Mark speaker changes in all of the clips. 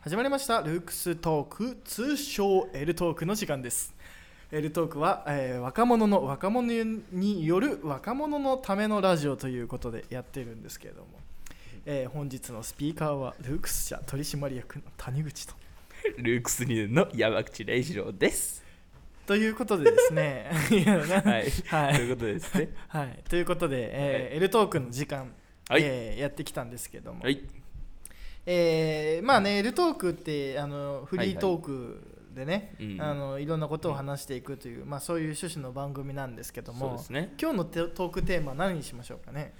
Speaker 1: 始まりましたルークストーク通称 L トークの時間です L トークは、えー若者の若者による若者のためのラジオということでやってるんですけれども、えー本日のスピーカーはルークス社取締役の谷口と
Speaker 2: ルークス2の山口礼二郎です。
Speaker 1: ということでですねいやな
Speaker 2: はい。
Speaker 1: はい
Speaker 2: ということでですね。
Speaker 1: はい、ということで、えー L トークの時間、
Speaker 2: はい
Speaker 1: えーやってきたんですけども、
Speaker 2: はい。
Speaker 1: えーまあね L トークってあのフリートークでね、
Speaker 2: うんうん
Speaker 1: あのいろんなことを話していくという、まあ、そういう趣旨の番組なんですけど
Speaker 2: そう
Speaker 1: も、
Speaker 2: ですね。
Speaker 1: 今日のテトークテーマは何にしましょうかね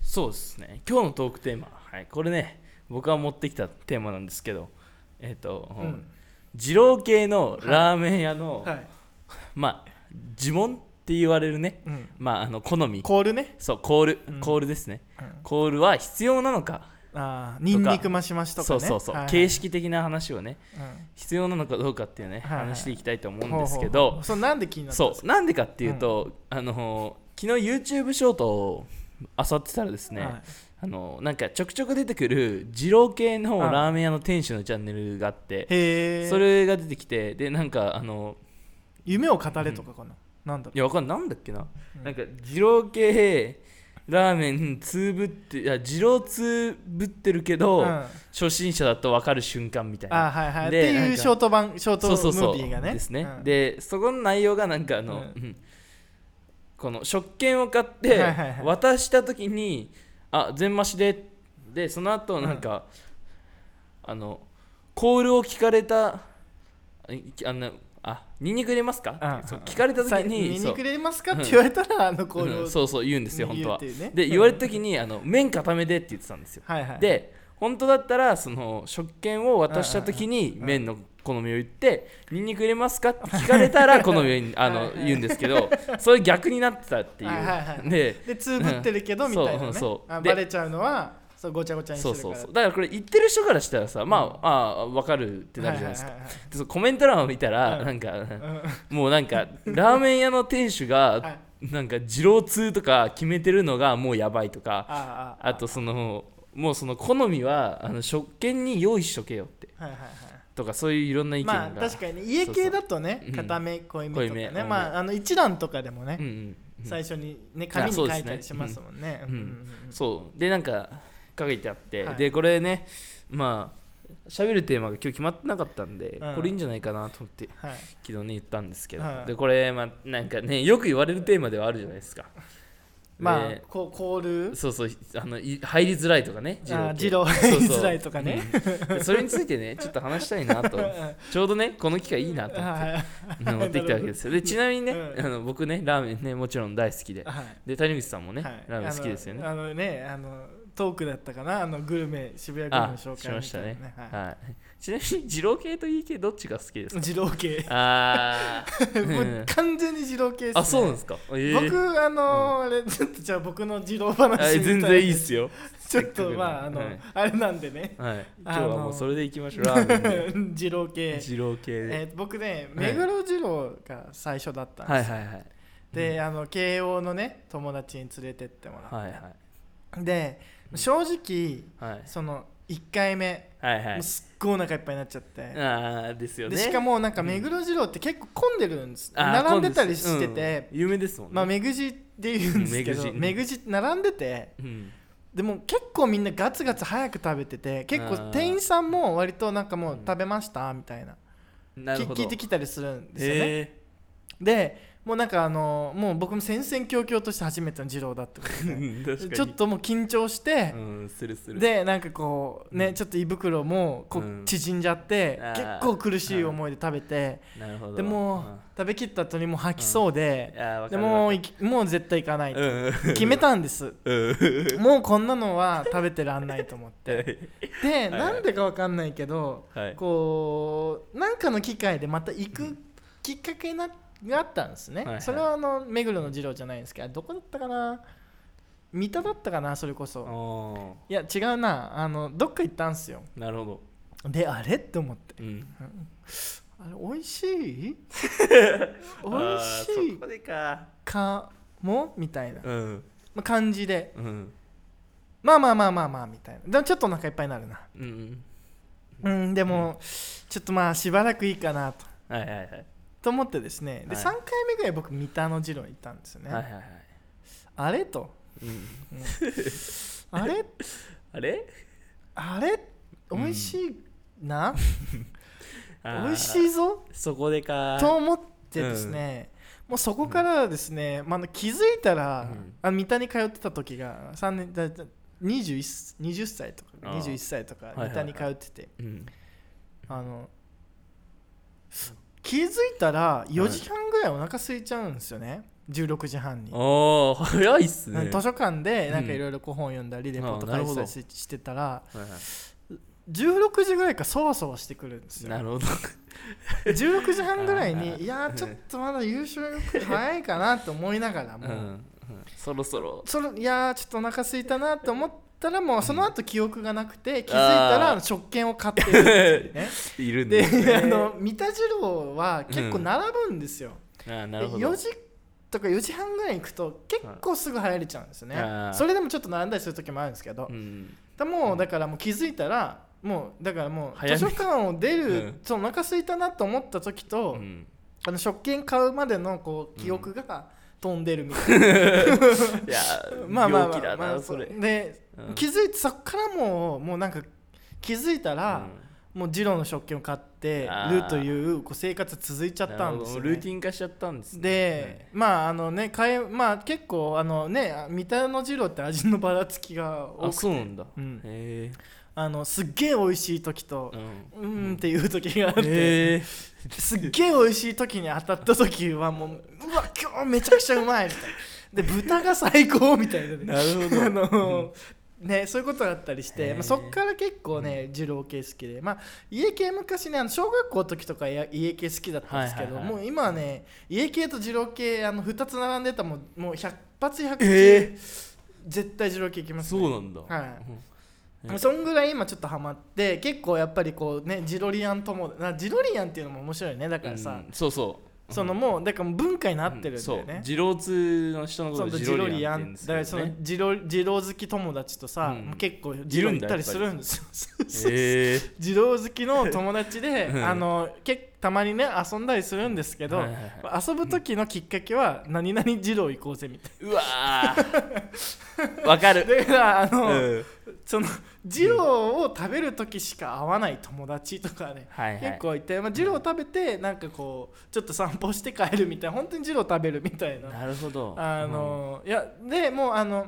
Speaker 2: そうですね。今日のトークテーマ。はい。これね、僕が持ってきたテーマなんですけど、えっ、と、
Speaker 1: うん
Speaker 2: 二郎系のラーメン屋の、
Speaker 1: はい、
Speaker 2: まあ、呪文って言われるね、
Speaker 1: うん、
Speaker 2: まあ、あの好み。
Speaker 1: コールね、
Speaker 2: そう、コール、
Speaker 1: うん
Speaker 2: コールですね。
Speaker 1: うん、
Speaker 2: コールは必要なのか、
Speaker 1: あーニンニク増し増しとか
Speaker 2: そ
Speaker 1: ね
Speaker 2: うそうそう、
Speaker 1: はい
Speaker 2: 形式的な話をね、
Speaker 1: うん
Speaker 2: 必要なのかどうかっていうね、
Speaker 1: はいはい
Speaker 2: 話していきたいと思うんですけ
Speaker 1: ほ
Speaker 2: ど
Speaker 1: うほう、ほうそうなんで気になったん
Speaker 2: そ
Speaker 1: です
Speaker 2: う
Speaker 1: か
Speaker 2: なんでかっていうと、あの昨日 YouTube ショートを漁ってたらですね、
Speaker 1: はい
Speaker 2: あのなんかちょくちょく出てくる二郎系の
Speaker 1: はい
Speaker 2: ラーメン屋の店主のチャンネルがあって、
Speaker 1: へえ
Speaker 2: それが出てきてでなんかあの
Speaker 1: 夢を語れとかかな、なんだろ
Speaker 2: いやわかんないなんだっけな、
Speaker 1: うん
Speaker 2: なんか二郎系ラーメンつぶっていや二郎つぶってるけ
Speaker 1: う、
Speaker 2: ど、
Speaker 1: うん
Speaker 2: 初心者だと分かる瞬間みたいな
Speaker 1: あはいはい。っ
Speaker 2: で
Speaker 1: て
Speaker 2: なん
Speaker 1: いう
Speaker 2: か
Speaker 1: ショート版ショート
Speaker 2: そ
Speaker 1: ム
Speaker 2: うそうそ
Speaker 1: ー
Speaker 2: う
Speaker 1: ビーがね。
Speaker 2: ですね、
Speaker 1: うん
Speaker 2: でそこの内容がなんかあの、
Speaker 1: う
Speaker 2: うんこの食券を買っ
Speaker 1: はい
Speaker 2: て
Speaker 1: はいはい
Speaker 2: 渡した時に「あ全増しで」でその後なんか、あのコールを聞かれたあいあのあニンニク入れますか、
Speaker 1: うん
Speaker 2: ってそう聞かれた時
Speaker 1: さ
Speaker 2: に
Speaker 1: ニンニ
Speaker 2: そう
Speaker 1: ク入れますかって言われたら、あのコール
Speaker 2: う
Speaker 1: を
Speaker 2: んそうそう言うんですよ本当は
Speaker 1: 言うっていうね
Speaker 2: で言われた時にあの麺固めでって言ってたんですよ
Speaker 1: はいはい。
Speaker 2: で本当だったらその食券を渡した時に
Speaker 1: うんうん
Speaker 2: 麺の好みを言って「ニンニク入れますか?」って聞かれ たら好みを言う
Speaker 1: はい
Speaker 2: あの
Speaker 1: はい
Speaker 2: 言うんですけどそれ逆になってたってい
Speaker 1: はいはいはいう
Speaker 2: で
Speaker 1: でつぶってるけどみたいな
Speaker 2: う
Speaker 1: ね。
Speaker 2: んそう
Speaker 1: あ
Speaker 2: で
Speaker 1: バレちゃうのはそうごちゃごちゃにして
Speaker 2: そ
Speaker 1: る
Speaker 2: う
Speaker 1: から。
Speaker 2: そうそうだからこれ言ってる人からしたらさまああ分かるってなるじゃないですかでそのコメント欄を見た
Speaker 1: う
Speaker 2: ら
Speaker 1: ん
Speaker 2: なんか
Speaker 1: はい はいはい
Speaker 2: もうなんかラーメン屋の店主
Speaker 1: うんは
Speaker 2: が
Speaker 1: い
Speaker 2: なんか二郎通とか決めてるのがもうやばいとか
Speaker 1: あああ
Speaker 2: あとそのもうその好みはあの食券に用意しとけよって
Speaker 1: はいはいは
Speaker 2: とかそういういろんな意
Speaker 1: い。
Speaker 2: 見が、
Speaker 1: まあ確かにね家系だとね
Speaker 2: そうそううん
Speaker 1: 固め濃いめとか
Speaker 2: 濃い
Speaker 1: ね
Speaker 2: め
Speaker 1: まああの一覧とかでも
Speaker 2: うん
Speaker 1: ね
Speaker 2: うんうん
Speaker 1: 最初にね紙に
Speaker 2: あ
Speaker 1: 書
Speaker 2: そう
Speaker 1: い
Speaker 2: ですね
Speaker 1: たりしますもんね。
Speaker 2: うん
Speaker 1: うんうんうん
Speaker 2: そうでなんか書いてあって、
Speaker 1: はい
Speaker 2: でこれねまあ喋るテーマが今日決まってなかったんで、
Speaker 1: うん
Speaker 2: これいいんじゃないかなと思って
Speaker 1: はい
Speaker 2: 昨日ね言ったんですけど、
Speaker 1: はい
Speaker 2: でこれまあなんかねよく言われるテーマではあるじゃないですか
Speaker 1: まあ
Speaker 2: で
Speaker 1: こうコール
Speaker 2: そうそうあのい入りづらいとかね
Speaker 1: あー
Speaker 2: 系
Speaker 1: 二郎
Speaker 2: そうそう
Speaker 1: 入りづらいとかね
Speaker 2: うんでそれについてねちょっと話したいなと ちょうどねこの機会いいなと思って
Speaker 1: は
Speaker 2: うん持ってきたわけですよでちなみにね、
Speaker 1: うん
Speaker 2: あの僕ねラーメンねもちろん大好きで
Speaker 1: いはい。
Speaker 2: で谷口さんもね、
Speaker 1: はい
Speaker 2: ラーメン好きですよね
Speaker 1: あのあのねあのトークだったかなあのグルメ渋谷グルメの紹介
Speaker 2: あしましたね
Speaker 1: みいなはい
Speaker 2: はい、ちなみに二郎系と E 系どっちが好きですか
Speaker 1: 二郎系
Speaker 2: あ ー、
Speaker 1: も
Speaker 2: う
Speaker 1: うん完全に二郎系です、ね、
Speaker 2: あそうなんですか、えー
Speaker 1: 僕あのーあれちょっとじゃあ僕の二郎話
Speaker 2: あ
Speaker 1: みた
Speaker 2: 全然いいっすよ、
Speaker 1: ちょっとまああの、
Speaker 2: はい
Speaker 1: あれなんでね
Speaker 2: はい、今
Speaker 1: あ
Speaker 2: 日
Speaker 1: の
Speaker 2: はもうそれでいきましょうラーメ ンで
Speaker 1: 二郎系
Speaker 2: 二郎系で、
Speaker 1: えー僕ね
Speaker 2: は
Speaker 1: 目
Speaker 2: い
Speaker 1: 黒二郎が最初だったんです、
Speaker 2: はいはいはいはい
Speaker 1: で、あの慶応のね友達に連れてってもらっ
Speaker 2: はい
Speaker 1: て、で正直
Speaker 2: はい
Speaker 1: その1回目
Speaker 2: はいは
Speaker 1: も
Speaker 2: いう
Speaker 1: すっごいお腹いっぱいになっちゃって、
Speaker 2: ああですよね
Speaker 1: でしかもなんか目黒二郎って結構混んでるんです、
Speaker 2: あー
Speaker 1: 並んでたりしてて、
Speaker 2: うん有名ですもんね、
Speaker 1: まあ目ぐじって言うんですけど
Speaker 2: 目ぐじ
Speaker 1: 目ぐじって並んでて
Speaker 2: うん、
Speaker 1: でも結構みんなガツガツ早く食べてて結
Speaker 2: あ
Speaker 1: 構
Speaker 2: ー
Speaker 1: 店員さんも割となんかもう食べましたみたいな
Speaker 2: な
Speaker 1: き
Speaker 2: るほど
Speaker 1: 聞いて
Speaker 2: き
Speaker 1: きたりするんですよね、
Speaker 2: え
Speaker 1: でもうなんかあのもう僕も戦々恐々として初めての二郎だってこと
Speaker 2: ー
Speaker 1: で
Speaker 2: うん、確かに
Speaker 1: ちょっともう緊張して
Speaker 2: う、んするする
Speaker 1: でなんかこうね、
Speaker 2: うん
Speaker 1: ちょっと胃袋もこう
Speaker 2: うん
Speaker 1: 縮んじゃって、
Speaker 2: あー
Speaker 1: 結構苦しい思いで食べて、
Speaker 2: なるほど
Speaker 1: でもう食べきった後にもう吐きそうで
Speaker 2: うん、あー
Speaker 1: で
Speaker 2: わかる
Speaker 1: もう
Speaker 2: わ
Speaker 1: いきもう絶対行かない
Speaker 2: かる
Speaker 1: と決めたんです
Speaker 2: うんうん
Speaker 1: もうこんなのは食べてらんないと思って で
Speaker 2: はい
Speaker 1: なんでかわかんないけど
Speaker 2: はい
Speaker 1: こうなんかの機会でまた行くきっかけながあったんですね、
Speaker 2: はいはい
Speaker 1: それはあの目黒の二郎じゃないんですけどどこだったかな三田だったかなそれこそ
Speaker 2: あ
Speaker 1: いや違うなあのどっか行ったんですよ
Speaker 2: あなるほど、
Speaker 1: であれって思って
Speaker 2: うん、
Speaker 1: あれ美味し い美味し
Speaker 2: あー
Speaker 1: い
Speaker 2: そこでか
Speaker 1: かもみたいな、ま
Speaker 2: うん
Speaker 1: あ、感じで
Speaker 2: うん
Speaker 1: まあまあまあまあまあみたいなでもちょっとお腹いっぱいになるな
Speaker 2: うん
Speaker 1: うんでも、ちょっとまあしばらくいいかなと
Speaker 2: はいはいはい
Speaker 1: と思ってですねで、
Speaker 2: は
Speaker 1: 3
Speaker 2: い
Speaker 1: 回目ぐらい僕三田の次郎行ったんですよね、
Speaker 2: はいはいはい
Speaker 1: あれと
Speaker 2: うん
Speaker 1: あれ
Speaker 2: あれ
Speaker 1: あ れ美味しいな、
Speaker 2: あー
Speaker 1: 美味しいぞ
Speaker 2: そこでか
Speaker 1: と思ってですね、もうそこからはですね、まああの、気づいたら、
Speaker 2: うん
Speaker 1: あの三田に通ってた時が3年だだ 21, 20歳とか
Speaker 2: あー
Speaker 1: 21歳とか
Speaker 2: はいはい
Speaker 1: 三
Speaker 2: はい
Speaker 1: 田に通ってて、
Speaker 2: うん
Speaker 1: あの気づいたら4時間ぐらいお腹空いちゃうんですよね16時半に。
Speaker 2: おお早いっすね
Speaker 1: 図書館でなん
Speaker 2: うん
Speaker 1: かいろいろこう本読んだりレポート
Speaker 2: あーなる
Speaker 1: 書
Speaker 2: ほ
Speaker 1: い
Speaker 2: ど
Speaker 1: たりししてたら
Speaker 2: はいは
Speaker 1: 16時ぐらいからそわそわしてくるんです
Speaker 2: い
Speaker 1: よ
Speaker 2: なるほど
Speaker 1: 16時半ぐらい
Speaker 2: あー
Speaker 1: にいやーちょっとまだ優勝早いかなと思いながら
Speaker 2: う
Speaker 1: も
Speaker 2: んうんそろそろ
Speaker 1: そのいやーちょっとお腹空いたなと思ったらもうその後記憶がなくて気づいた
Speaker 2: あー
Speaker 1: ら食券を買ってるって いうね
Speaker 2: いるん
Speaker 1: で
Speaker 2: で
Speaker 1: あの三田次郎は結構並ぶんですよ、
Speaker 2: あーな
Speaker 1: で
Speaker 2: るほど
Speaker 1: 4時とか4時半ぐらいに行くと結構すぐ入れちゃうんですよね、
Speaker 2: あー
Speaker 1: それでもちょっと並んだりする時もあるんですけど、
Speaker 2: うん
Speaker 1: だもうだからもう気づいたらもうだからもう
Speaker 2: 早
Speaker 1: 図
Speaker 2: め
Speaker 1: 書館を出る、
Speaker 2: うん
Speaker 1: そうお腹空いたなと思った時と、
Speaker 2: うん
Speaker 1: あの食券買うまでのこう記憶が飛んでるみたいな、
Speaker 2: いや
Speaker 1: まあまあ
Speaker 2: 病
Speaker 1: ま
Speaker 2: 気だ
Speaker 1: あ、まあ、
Speaker 2: なそれ
Speaker 1: で、
Speaker 2: うん
Speaker 1: 気づいてそっからもうもうなんか気づいたら、
Speaker 2: う
Speaker 1: もうジローの食券を買って
Speaker 2: あー
Speaker 1: るというこう生活続いちゃ
Speaker 2: ん
Speaker 1: ったんです
Speaker 2: な
Speaker 1: よ、
Speaker 2: るほどルー
Speaker 1: ね
Speaker 2: テ。ィン化しちゃったんですね
Speaker 1: で、まああのね買えまあ結構あのね三田の二郎って味のばらつきが
Speaker 2: はいあ
Speaker 1: 多く
Speaker 2: そうなんだ
Speaker 1: うん
Speaker 2: へえ
Speaker 1: あのすっげえ美味しい時と
Speaker 2: うん
Speaker 1: うーんっていう時があって、
Speaker 2: へえ
Speaker 1: すっげえ美味しい時に当たった時はもううわ今日めちゃくちゃうまいみたいなで豚が最高みたいなね
Speaker 2: なるほど
Speaker 1: あのね、そういうことがあったりし
Speaker 2: へ
Speaker 1: て、
Speaker 2: ー
Speaker 1: まあ、そっから結構ね、二郎系好きで、まあ、家系昔ねあの小学校の時とかや家系好きだったんですけど、
Speaker 2: はいはいはい
Speaker 1: もう今はね家系と二郎系あの2つ並んでたもうもう100発100中、
Speaker 2: え
Speaker 1: 絶対二郎系いきます
Speaker 2: そうなんだ
Speaker 1: はい
Speaker 2: うん
Speaker 1: もうそんぐらい今ちょっとハマって結構やっぱりこうねジロリアンともなジロリアンっていうのも面白いねだからさ、
Speaker 2: うんそうそう
Speaker 1: そのもうだからもう文化になってるんだ
Speaker 2: そ
Speaker 1: よ
Speaker 2: う
Speaker 1: ね、
Speaker 2: 二郎通の人のこ
Speaker 1: そ
Speaker 2: と
Speaker 1: う
Speaker 2: で
Speaker 1: ジ
Speaker 2: ジ
Speaker 1: ロ
Speaker 2: ロ
Speaker 1: リ
Speaker 2: リ
Speaker 1: ア
Speaker 2: ア
Speaker 1: ン
Speaker 2: ン
Speaker 1: だからそのジロジロ好き友達とさ、
Speaker 2: うん
Speaker 1: 結構ジ
Speaker 2: い
Speaker 1: ロ
Speaker 2: るん
Speaker 1: 行っ
Speaker 2: だ
Speaker 1: たりするんですよそうそうそう
Speaker 2: へえ
Speaker 1: ジロ好きの友達で、
Speaker 2: うん
Speaker 1: あのけたまにね遊んだりするんですけど、
Speaker 2: はいはいは
Speaker 1: 遊ぶ時のきっかけは何々ジロ行こうぜみたいう
Speaker 2: わ ーわかる
Speaker 1: なだ からあ
Speaker 2: う
Speaker 1: の、
Speaker 2: ん
Speaker 1: そのジロを食べる時しか会わない友達とかね
Speaker 2: はいはい
Speaker 1: 結構いて、まあ、ジロ食べてなんかこうちょっと散歩して帰るみたいな本当にジロ食べるみたいな
Speaker 2: なるほど
Speaker 1: あの、いやでもうあの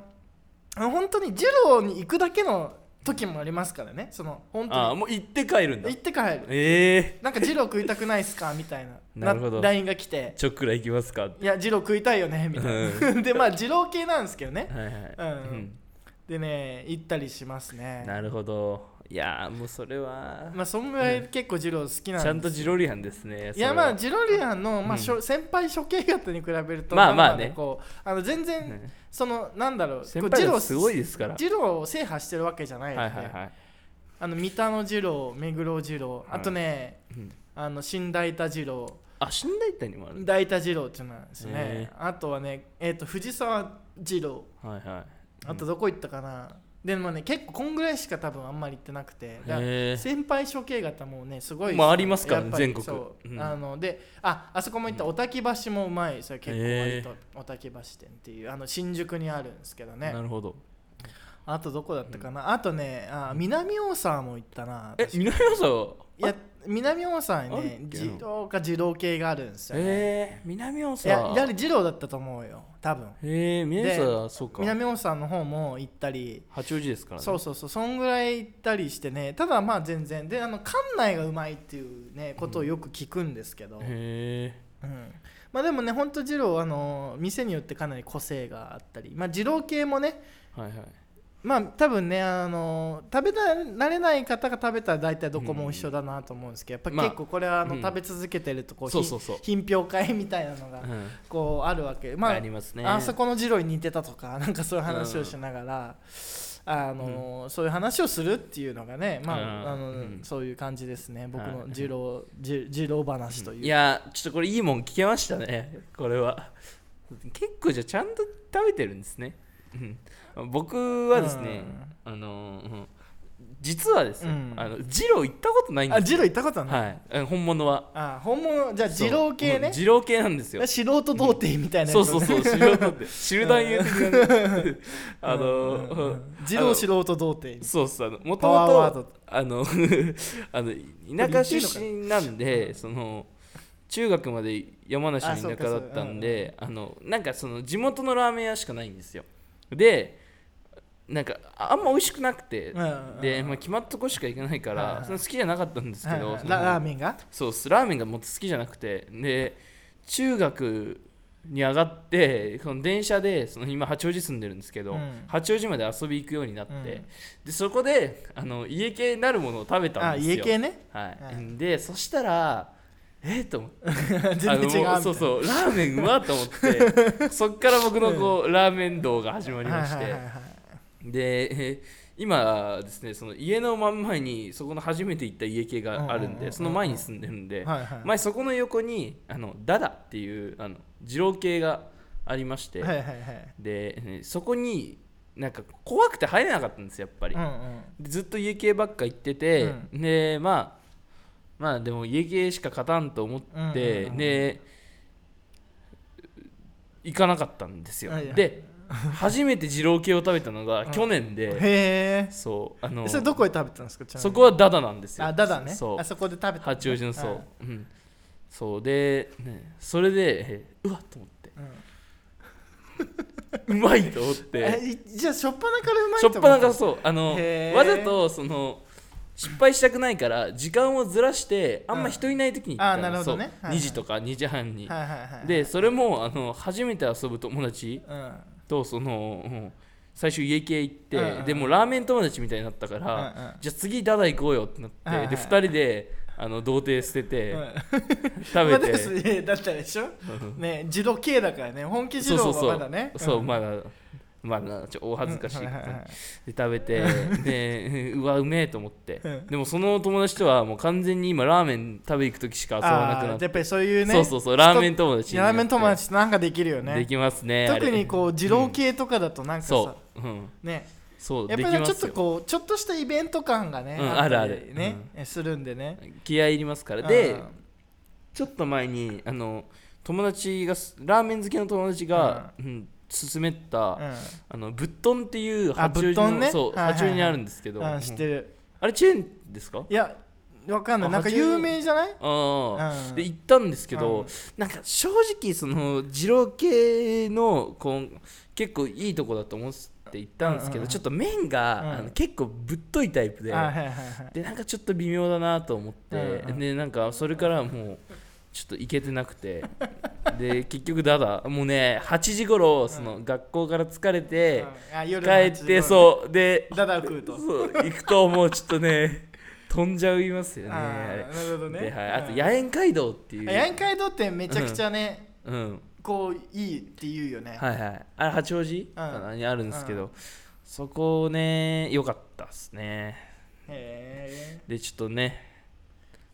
Speaker 1: あの本当に二郎に行くだけの時もありますからねその
Speaker 2: う
Speaker 1: 本
Speaker 2: んあ
Speaker 1: 当
Speaker 2: ー
Speaker 1: に
Speaker 2: もう行って帰るんだ
Speaker 1: 行って帰る
Speaker 2: え
Speaker 1: なんか二郎食いたくないっすかみたいな
Speaker 2: なるほど
Speaker 1: LINE が来て
Speaker 2: えちょっくら行きますかは
Speaker 1: 「いや二郎食いたいよね」みたいな、 でまあ二郎系なんですけどね
Speaker 2: いはい
Speaker 1: うんでね行ったりします
Speaker 2: うん
Speaker 1: ね
Speaker 2: なるほどいやーもうそれは
Speaker 1: まあそんぐらい結構二郎好きなんです
Speaker 2: ちゃんとジロリアンですね
Speaker 1: いや
Speaker 2: それは
Speaker 1: まあジロリアンの、まあしょ先輩処刑方に比べると
Speaker 2: まあまあね
Speaker 1: こうあの全然、
Speaker 2: ね
Speaker 1: そのなんだろう
Speaker 2: 先輩
Speaker 1: こ
Speaker 2: は
Speaker 1: う
Speaker 2: すごいですから
Speaker 1: ジローを制覇してるわけじゃないの
Speaker 2: はい
Speaker 1: で、
Speaker 2: はいはい
Speaker 1: あの三田の二郎目黒二郎あとね、
Speaker 2: うん
Speaker 1: あの新大田二郎
Speaker 2: あ死んだいったにもある
Speaker 1: 大田二郎っていうのなんですね、
Speaker 2: へ
Speaker 1: あとはねえっ、と藤沢二郎
Speaker 2: はいはい
Speaker 1: あとどこ行ったかな、でもね結構こんぐらいしか多分あんまり行ってなくてだから
Speaker 2: へえ
Speaker 1: 先輩処刑方もねすごい
Speaker 2: まあありますからね
Speaker 1: やっぱり
Speaker 2: 全国
Speaker 1: そう、
Speaker 2: うん
Speaker 1: あのでああそこも行ったおたき橋もうまいそれ結構割とおたき橋店っていうあの新宿にあるんですけどね
Speaker 2: なるほど
Speaker 1: あとどこだったかな、あとねあ南大沢も行ったな
Speaker 2: え
Speaker 1: 私
Speaker 2: 南野さんはい
Speaker 1: や南大沢に
Speaker 2: ある
Speaker 1: ね
Speaker 2: っけ
Speaker 1: 二郎か二郎系があるんですよ、ね
Speaker 2: えー、南大
Speaker 1: いや
Speaker 2: 沢
Speaker 1: やはり二郎だったと思うよ多分
Speaker 2: えー、南大沢そうか
Speaker 1: 南大沢の方も行ったり
Speaker 2: 八王子ですからね
Speaker 1: そうそうそうそんぐらい行ったりしてねただまあ全然であの館内がうまいっていうねことをよく聞くんですけど、うん
Speaker 2: へ
Speaker 1: まあでもねほんと二郎あの店によってかなり個性があったりまあ二郎系もね
Speaker 2: えはいはい
Speaker 1: まあ多分ねあの食べた慣れない方が食べたら大体どこも一緒だなと思うんですけど、
Speaker 2: うん
Speaker 1: やっぱ結構これはあの、
Speaker 2: まあ
Speaker 1: 食べ続けてるとこう
Speaker 2: そうそうそう
Speaker 1: ひん品評会みたいなのが
Speaker 2: うん
Speaker 1: こうあるわけ、まあ
Speaker 2: ありますね
Speaker 1: あそこのジロに似てたとか なんかそういう話をしながら、あのそういう話をするっていうのがね、まああ
Speaker 2: うん
Speaker 1: の
Speaker 2: うん
Speaker 1: そういう感じですね僕
Speaker 2: は
Speaker 1: の
Speaker 2: い
Speaker 1: ジロジジロ話という
Speaker 2: いやちょっとこれいいもん聞けましたねこれは結構じゃあちゃんと食べてるんですねうん僕はですね、あのーうん実はですよ、
Speaker 1: うん
Speaker 2: あのジロー行ったことないんです
Speaker 1: あ
Speaker 2: よ
Speaker 1: ジロー行ったことはない、
Speaker 2: はいうん本物は
Speaker 1: あ本物じゃあ
Speaker 2: そう
Speaker 1: 二郎系
Speaker 2: も
Speaker 1: ね
Speaker 2: う二郎系なんですよ
Speaker 1: 素人童貞みたいなやつ、ね
Speaker 2: そうそう そう素人って集団優的なねあの
Speaker 1: うんうんうん二
Speaker 2: あ
Speaker 1: 郎
Speaker 2: の
Speaker 1: 素人童貞
Speaker 2: そうっすあのもと
Speaker 1: パワーワー
Speaker 2: もと
Speaker 1: ド
Speaker 2: あの あの田舎出身なんでその中学まで山梨
Speaker 1: あそ
Speaker 2: の
Speaker 1: う
Speaker 2: 田
Speaker 1: か
Speaker 2: 舎だったんであのなんかその地元のラーメン屋しかないんですよでなんかああんま美味しくなくて
Speaker 1: うんうん
Speaker 2: で、まあ、決まったとこしか行かないか
Speaker 1: はいは
Speaker 2: ら
Speaker 1: い
Speaker 2: その好きじゃなかったんですけ
Speaker 1: はい
Speaker 2: ど
Speaker 1: はい
Speaker 2: その
Speaker 1: ララーメンが
Speaker 2: そうすラーメンがもっと好きじゃなくてで中学に上がってその電車でその今八王子住んでるんですけど、
Speaker 1: うん
Speaker 2: 八王子まで遊び行くようになって、
Speaker 1: うん
Speaker 2: でそこであの家系なるものを食べた
Speaker 1: あ
Speaker 2: んですよ
Speaker 1: 家系ね
Speaker 2: はい、
Speaker 1: う
Speaker 2: でそしたらえっ、と思って
Speaker 1: 全然違
Speaker 2: あ
Speaker 1: う
Speaker 2: の
Speaker 1: みたい
Speaker 2: も
Speaker 1: な
Speaker 2: うそうそうラーメンうまっと思っ てそっから僕のこう、ラーメン道が始まりまして、
Speaker 1: はいはいはいはい
Speaker 2: でえー今ですねその家の真ん前にそこの初めて行った家系があるん
Speaker 1: うんうんうんうんう
Speaker 2: で
Speaker 1: ん
Speaker 2: その前に住んでるんで、
Speaker 1: はいはい
Speaker 2: 前そこの横にあのダダっていうあの二郎系がありまして、
Speaker 1: はいはいはい
Speaker 2: でえーそこになんか怖くて入れなかったんですよやっぱり、
Speaker 1: うんうん
Speaker 2: でずっと家系ばっか行ってて、でまあまあでも家系しか勝たんと思って、
Speaker 1: うんうんうん
Speaker 2: で行かなかったんですよ、
Speaker 1: はいはい
Speaker 2: で初めて二郎系を食べたのが去年で、
Speaker 1: へ
Speaker 2: そうあの
Speaker 1: えそれどこで食べたんですかちなみに
Speaker 2: そこはダダなんですよ
Speaker 1: あだだね
Speaker 2: そう
Speaker 1: あそこで食べたんだ
Speaker 2: 八王子のそう、
Speaker 1: はい
Speaker 2: うん、そうで、ね、それでえうわっと 思って
Speaker 1: うん
Speaker 2: うまいと思って
Speaker 1: えいじゃあしょっぱなからうまい
Speaker 2: しょっぱなから
Speaker 1: そ
Speaker 2: そうあの
Speaker 1: へー
Speaker 2: わざとその失敗したくないから時間をずらしてあんま人いない時に行った
Speaker 1: うんあーなるほどね
Speaker 2: そう
Speaker 1: はいはい
Speaker 2: 2時とか2時半に、
Speaker 1: はいはいはい
Speaker 2: でそれもあの初めて遊ぶ友達
Speaker 1: うんうん
Speaker 2: とその、うん最初家系行って、
Speaker 1: うんうん
Speaker 2: でもうラーメン友達みたいになったから、
Speaker 1: うん
Speaker 2: じゃあ次ダダ行こうよってなって、
Speaker 1: はいはい
Speaker 2: で2人であの童貞捨てて、
Speaker 1: うん
Speaker 2: 食
Speaker 1: まあ
Speaker 2: べ
Speaker 1: で
Speaker 2: て、
Speaker 1: もそれだったでしょね自動系だからね本気自
Speaker 2: そうそ
Speaker 1: 動は
Speaker 2: うそ
Speaker 1: ま
Speaker 2: う
Speaker 1: だね
Speaker 2: そう
Speaker 1: あ
Speaker 2: まだまだちょっとお恥ずかしい,、
Speaker 1: は
Speaker 2: で食 べてでうわうめえと思って、
Speaker 1: うん
Speaker 2: でもその友達とはもう完全に今ラーメン食べ行く時しか遊ばなくな
Speaker 1: あ
Speaker 2: っ
Speaker 1: ー
Speaker 2: て、
Speaker 1: やっぱりそういうね
Speaker 2: そうそうそうラーメン友達になっ
Speaker 1: ラ
Speaker 2: て
Speaker 1: ーメン友達となんかできるよ
Speaker 2: で
Speaker 1: ね
Speaker 2: きますねあれ
Speaker 1: 特にこう二郎系とかだとなんかさ
Speaker 2: そう、うん、
Speaker 1: ね
Speaker 2: そう
Speaker 1: やっ
Speaker 2: で
Speaker 1: ぱ
Speaker 2: き
Speaker 1: りね
Speaker 2: ま
Speaker 1: ちょっ
Speaker 2: す
Speaker 1: と
Speaker 2: よ
Speaker 1: こうちょっとしたイベント感がね
Speaker 2: うん
Speaker 1: ったり
Speaker 2: あるある
Speaker 1: ねするんでね
Speaker 2: 気合い入りますからで
Speaker 1: うん
Speaker 2: ちょっと前にあの友達がラーメン好きの友達が、うん、勧めた、
Speaker 1: う
Speaker 2: あのぶっとんっていう
Speaker 1: あ
Speaker 2: 八王子
Speaker 1: ぶっと
Speaker 2: の、
Speaker 1: んねは
Speaker 2: そう
Speaker 1: いはいはい
Speaker 2: 八王子にあるんですけど、
Speaker 1: んうん知ってる
Speaker 2: あれチェーンですか
Speaker 1: いやわかんない
Speaker 2: あ
Speaker 1: なんか
Speaker 2: 八王子
Speaker 1: 有名じゃない
Speaker 2: ああ、
Speaker 1: うん
Speaker 2: で行ったんですけ
Speaker 1: う
Speaker 2: ど、
Speaker 1: ん
Speaker 2: なんか正直その二郎系のこう結構いいとこだと思って行ったんです
Speaker 1: う
Speaker 2: けど、
Speaker 1: んうんうん
Speaker 2: ちょっと麺が、
Speaker 1: うん
Speaker 2: あの結構ぶっといタイプで、
Speaker 1: あはいはいはい
Speaker 2: でなんかちょっと微妙だなと思って、
Speaker 1: うんうん
Speaker 2: でなんかそれからはもうちょっと行けてな くてで結局だだもうね8時頃その学校から疲れて、
Speaker 1: うんあ夜の八
Speaker 2: 帰
Speaker 1: 時
Speaker 2: っ
Speaker 1: 頃
Speaker 2: てそうで
Speaker 1: ダダを食うと
Speaker 2: そう行くともうちょっとね飛んじゃいますよねあれ
Speaker 1: あーなるほどね
Speaker 2: ではい、あと
Speaker 1: うん
Speaker 2: 野猿街道っていう
Speaker 1: あヤンカイドってめちゃくちゃね、
Speaker 2: うん
Speaker 1: こういいって言うよね、
Speaker 2: はいはいあれ八王子かなにあるんですけ
Speaker 1: う
Speaker 2: どそこね良かったっすね
Speaker 1: へ
Speaker 2: でちょっとね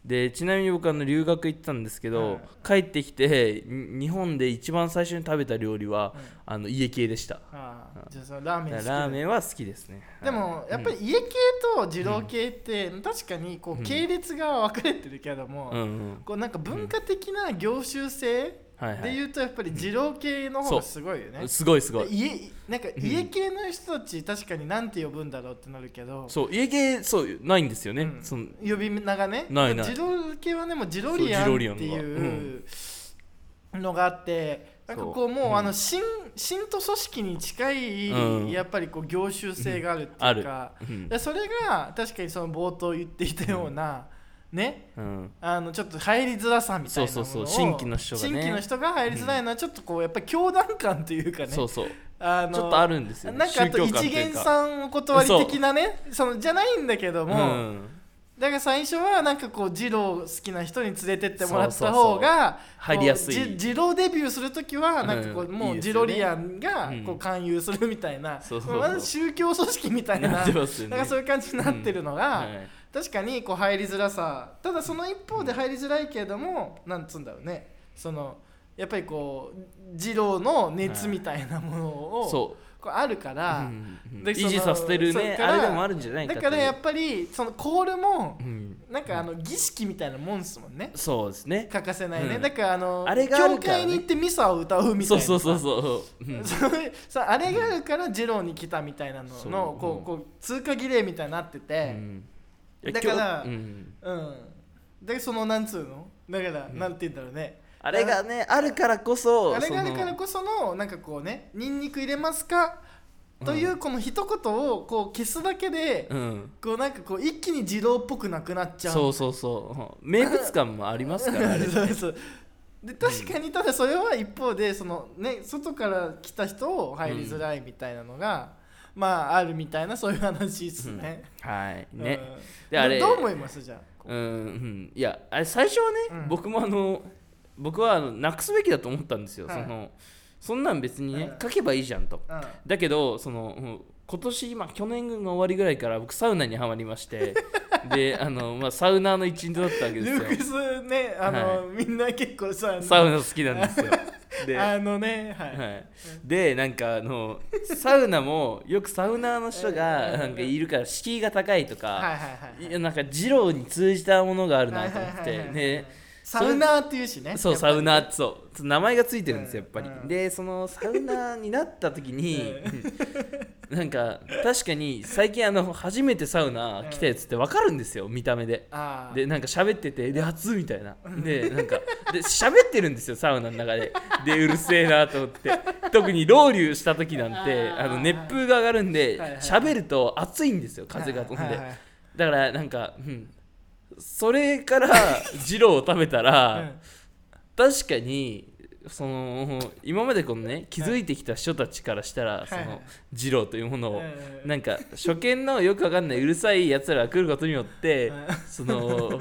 Speaker 2: でちなみに僕あの留学行ってたんですけど、
Speaker 1: うん
Speaker 2: 帰ってきてに日本で一番最初に食べた料理は、
Speaker 1: うん
Speaker 2: あの家系でした
Speaker 1: ーあーじゃあそのラー
Speaker 2: だ
Speaker 1: メン好
Speaker 2: から
Speaker 1: き
Speaker 2: ラ
Speaker 1: だ
Speaker 2: ーメンは好きですね
Speaker 1: でも
Speaker 2: はい
Speaker 1: やっぱり家系と二郎系って確かにこ
Speaker 2: う
Speaker 1: うん系列が分かれてるけども、
Speaker 2: うん、うんうん
Speaker 1: こうなんか文化的な業種性
Speaker 2: はいはい
Speaker 1: でいうとやっぱり二郎系の方がすごいよね、
Speaker 2: すごいすごい
Speaker 1: 家なんか家系の人たち確かに何て呼ぶんだろうってなるけど、
Speaker 2: そう家系そうないんですよね、
Speaker 1: うん
Speaker 2: その
Speaker 1: 呼び名がね
Speaker 2: ないない
Speaker 1: ジロ系はねもうジロリアン
Speaker 2: そうジ
Speaker 1: っ
Speaker 2: ロ
Speaker 1: て
Speaker 2: リアンが
Speaker 1: いうのがあって、なんかこ
Speaker 2: そうう
Speaker 1: もう、
Speaker 2: うん
Speaker 1: あの新新都組織に近い、
Speaker 2: うん
Speaker 1: やっぱりこう業種性があるって
Speaker 2: あ
Speaker 1: いう
Speaker 2: る
Speaker 1: か、、
Speaker 2: うん
Speaker 1: でそれが確かにその冒頭言っていたような、ね
Speaker 2: うん
Speaker 1: あのちょっと入りづらさみたいなものを
Speaker 2: そうそうそう新規の人がね
Speaker 1: 新規の人が入りづらいのはちょっとこうやっぱり教団感というかね
Speaker 2: そうそう
Speaker 1: あの
Speaker 2: ちょっとあるんですよね
Speaker 1: なんかあと
Speaker 2: 宗教観
Speaker 1: 一
Speaker 2: という
Speaker 1: 元
Speaker 2: か
Speaker 1: さんお断り的なねそのじゃないんだけども、
Speaker 2: うん、
Speaker 1: だから最初はなんかこう二郎好きな人に連れてってもらっ
Speaker 2: そう
Speaker 1: た
Speaker 2: そうそう
Speaker 1: 方が
Speaker 2: 入りやすい
Speaker 1: こうじ二郎デビューする時はなんかこう、
Speaker 2: うん
Speaker 1: も
Speaker 2: いうい
Speaker 1: い
Speaker 2: です
Speaker 1: 二
Speaker 2: よ
Speaker 1: 郎
Speaker 2: ね
Speaker 1: リアンが
Speaker 2: うん
Speaker 1: こう勧誘するみたいな、
Speaker 2: そうそうそう
Speaker 1: まあ宗教組織みたいな
Speaker 2: なってますよね
Speaker 1: なんかそういう感じになってるのが、
Speaker 2: はい
Speaker 1: 確かにこう入りづらさただその一方で入りづらいけれども、なんつうんだろうねそのやっぱりこう二郎の熱みたいなものを、
Speaker 2: そう
Speaker 1: こうあるから、
Speaker 2: うん
Speaker 1: で
Speaker 2: 維持
Speaker 1: その
Speaker 2: させてる
Speaker 1: そう
Speaker 2: ね
Speaker 1: から
Speaker 2: あれでもあるんじゃないか
Speaker 1: だ
Speaker 2: って
Speaker 1: からや
Speaker 2: ぱ
Speaker 1: っぱりそのコールもなんかあ
Speaker 2: の
Speaker 1: の儀式みたいなもんですもんね
Speaker 2: そうですね
Speaker 1: 欠かせないね、
Speaker 2: うん
Speaker 1: だからあの
Speaker 2: あれがある
Speaker 1: 教
Speaker 2: からね
Speaker 1: 会に行ってミサを歌うみた
Speaker 2: そ
Speaker 1: いうな
Speaker 2: そうそうそうう ん
Speaker 1: そういうそうあれがあるからジェローに来たみたいなの
Speaker 2: そう
Speaker 1: のこうこう通過儀礼みたいになって
Speaker 2: う
Speaker 1: て、
Speaker 2: んいや
Speaker 1: だから
Speaker 2: 今日うん
Speaker 1: うんでそのなんつうのだから、
Speaker 2: うん
Speaker 1: なんて言うんだろうね
Speaker 2: あれがねあるからこそ
Speaker 1: あれがあるから
Speaker 2: こ
Speaker 1: こそのなんかこうねニンニク入れますかというこの一言をこう消すだけで、
Speaker 2: うん
Speaker 1: こうなんかこう一気に自動っぽくなくなっちゃう
Speaker 2: そうそうそううん名物感もありますからあれ
Speaker 1: そうそうで確かにただそれは一方でその、ね、外から来た人を入りづらいみたいなのが、まああるみたいなそういう話ですね。
Speaker 2: はい
Speaker 1: うん
Speaker 2: ね、で
Speaker 1: で
Speaker 2: あ
Speaker 1: あ
Speaker 2: れ
Speaker 1: れどう思いますじゃあ、
Speaker 2: うんうんいやあれ最初はね、
Speaker 1: うん
Speaker 2: 僕もあの僕はあのなくすべきだと思ったんですよ、
Speaker 1: はい
Speaker 2: そのそんなん別にね、
Speaker 1: うん
Speaker 2: 書けばいいじゃんと
Speaker 1: うん
Speaker 2: だけどそのうん今年今去年の終わりぐらいから僕サウナにはまりまして であの、まあ、サウナーの一員だったわけです
Speaker 1: ル
Speaker 2: よ
Speaker 1: ークスねあの、みんな結構さ
Speaker 2: サウナ好きなんですよ で、は
Speaker 1: あのねはい、
Speaker 2: い、でなんかあのサウナもよくサウナーの人
Speaker 1: うんうんう
Speaker 2: が
Speaker 1: ん
Speaker 2: なんかいるから敷居が高いとか、
Speaker 1: はいはい
Speaker 2: い
Speaker 1: はい
Speaker 2: やなんか二郎に通じたものがあ
Speaker 1: あ
Speaker 2: るなと思って、で
Speaker 1: サウナーっていうしね
Speaker 2: そう
Speaker 1: やっぱ
Speaker 2: サ
Speaker 1: り
Speaker 2: ウナーってそうそう名前がついてるんですよやっぱり、
Speaker 1: うん
Speaker 2: でそのサウナーになった時に、 なんか確かに最近あの初めてサウナ来たやつって分かるんですよ見た目で。
Speaker 1: あー
Speaker 2: でなんか喋っててで熱っみたいなでなんかで喋ってるんですよサウナの中ででうるせえなと思って特にロウリュした時なんて
Speaker 1: あー
Speaker 2: あの熱風が上がるんで
Speaker 1: はいはい
Speaker 2: 喋ると熱いんですよ風が飛ん
Speaker 1: はい
Speaker 2: で
Speaker 1: はいはい
Speaker 2: だからなんか、うん、それ から二郎を食べたら、
Speaker 1: うん
Speaker 2: 確かにその今までこのね気づいてきた人たちからしたら、そ
Speaker 1: はい
Speaker 2: の二郎というものを、
Speaker 1: うん
Speaker 2: なんか初見のよくわかんないうるさいやつらが来ることによって、
Speaker 1: うん
Speaker 2: その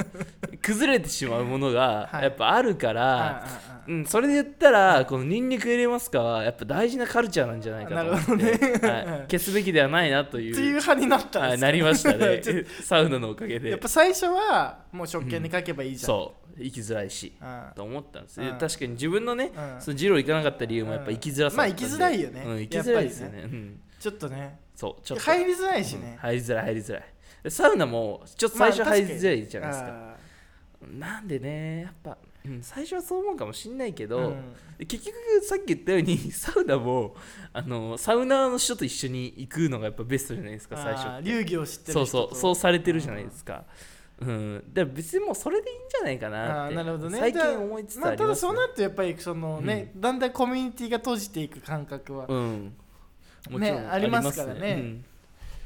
Speaker 2: 崩れてしまうものが
Speaker 1: はい
Speaker 2: やっぱあるから、
Speaker 1: うんうんうん
Speaker 2: うん、それで言ったら、このニンニク入れますかはやっぱ大事なカルチャーなんじゃないかと思って、
Speaker 1: なるほどね
Speaker 2: はい
Speaker 1: うん
Speaker 2: 消すべきではないなとい
Speaker 1: っていう派になったん
Speaker 2: は
Speaker 1: で
Speaker 2: い
Speaker 1: す
Speaker 2: なりました ね
Speaker 1: ちょっ
Speaker 2: サウナのおかげ
Speaker 1: やっ
Speaker 2: で
Speaker 1: ぱ最初はもう食券に書けばいいじゃん、
Speaker 2: そう行きづらいし
Speaker 1: うん
Speaker 2: と思ったんです
Speaker 1: う
Speaker 2: ね
Speaker 1: ん
Speaker 2: 確かに自分のね
Speaker 1: うん
Speaker 2: そのジロー行かなかった理由もやっぱ行きづらさ
Speaker 1: まあ
Speaker 2: だったんで
Speaker 1: 行きづらいよね
Speaker 2: うん行きづらいですよねうん
Speaker 1: ちょっとね
Speaker 2: そうちょっと
Speaker 1: 入りづらいし
Speaker 2: うん
Speaker 1: ね、
Speaker 2: 入りづらい入りづらいでサウナもちょっと最初
Speaker 1: まあ
Speaker 2: 入りづらいじゃないですか
Speaker 1: あ
Speaker 2: なんでねやっぱうん最初はそう思うかもしんないけ
Speaker 1: ーう
Speaker 2: ど
Speaker 1: ん
Speaker 2: で結局さっき言ったように サウナもあのサウナーの人と一緒に行くのがやっぱベストじゃないですか最初
Speaker 1: あー流儀を知って
Speaker 2: そ
Speaker 1: る人
Speaker 2: うそ
Speaker 1: と
Speaker 2: うそうされてるじゃないですかうんで別にもうそれでいいんじゃないかな
Speaker 1: あ
Speaker 2: っ
Speaker 1: ー
Speaker 2: て
Speaker 1: なるほどね
Speaker 2: 最
Speaker 1: じゃ
Speaker 2: 近
Speaker 1: あ
Speaker 2: 思いつつ
Speaker 1: ま
Speaker 2: あ
Speaker 1: あ、
Speaker 2: り
Speaker 1: た
Speaker 2: ま
Speaker 1: だ
Speaker 2: す
Speaker 1: そう
Speaker 2: ね
Speaker 1: なるとやっぱりそのね、だんだんコミュニティが閉じていく感覚は、
Speaker 2: うんもち
Speaker 1: ね
Speaker 2: ろん
Speaker 1: ありますからね
Speaker 2: うん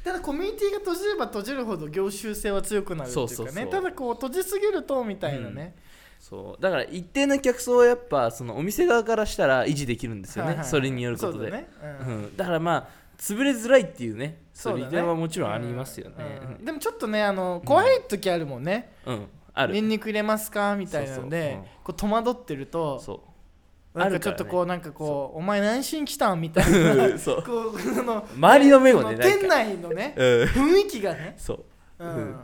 Speaker 1: ただコミュニティが閉じれば閉じるほど業種性は強くなるっていうかね
Speaker 2: そうそうそう
Speaker 1: ただこう閉じすぎるとみたいなね、
Speaker 2: そうだから一定の客層はやっぱそのお店側からしたら維持できるんですよ
Speaker 1: はいはい
Speaker 2: ね
Speaker 1: はい
Speaker 2: それによること
Speaker 1: そう
Speaker 2: で
Speaker 1: だね、うん
Speaker 2: うんだからまあ潰れづらいっていうね
Speaker 1: そ
Speaker 2: そうれ
Speaker 1: だね
Speaker 2: はもちろんありますよね
Speaker 1: うんうんでもちょっとねあの怖い時あるもんね、
Speaker 2: うんうんあ
Speaker 1: ニ
Speaker 2: る
Speaker 1: ンニク入れますかみたいなので
Speaker 2: そうそううん
Speaker 1: こう戸惑ってると
Speaker 2: そ
Speaker 1: なん
Speaker 2: あ
Speaker 1: か
Speaker 2: る
Speaker 1: ち
Speaker 2: か
Speaker 1: ょ
Speaker 2: ら
Speaker 1: っと
Speaker 2: ね
Speaker 1: こうなんかこうお前何しに来たんみたいな
Speaker 2: うそう
Speaker 1: こうその
Speaker 2: 周りの目も
Speaker 1: そ
Speaker 2: ね
Speaker 1: の
Speaker 2: なん
Speaker 1: 店
Speaker 2: か
Speaker 1: 内のね
Speaker 2: うん
Speaker 1: 雰囲気がね、
Speaker 2: そう
Speaker 1: う
Speaker 2: うんん、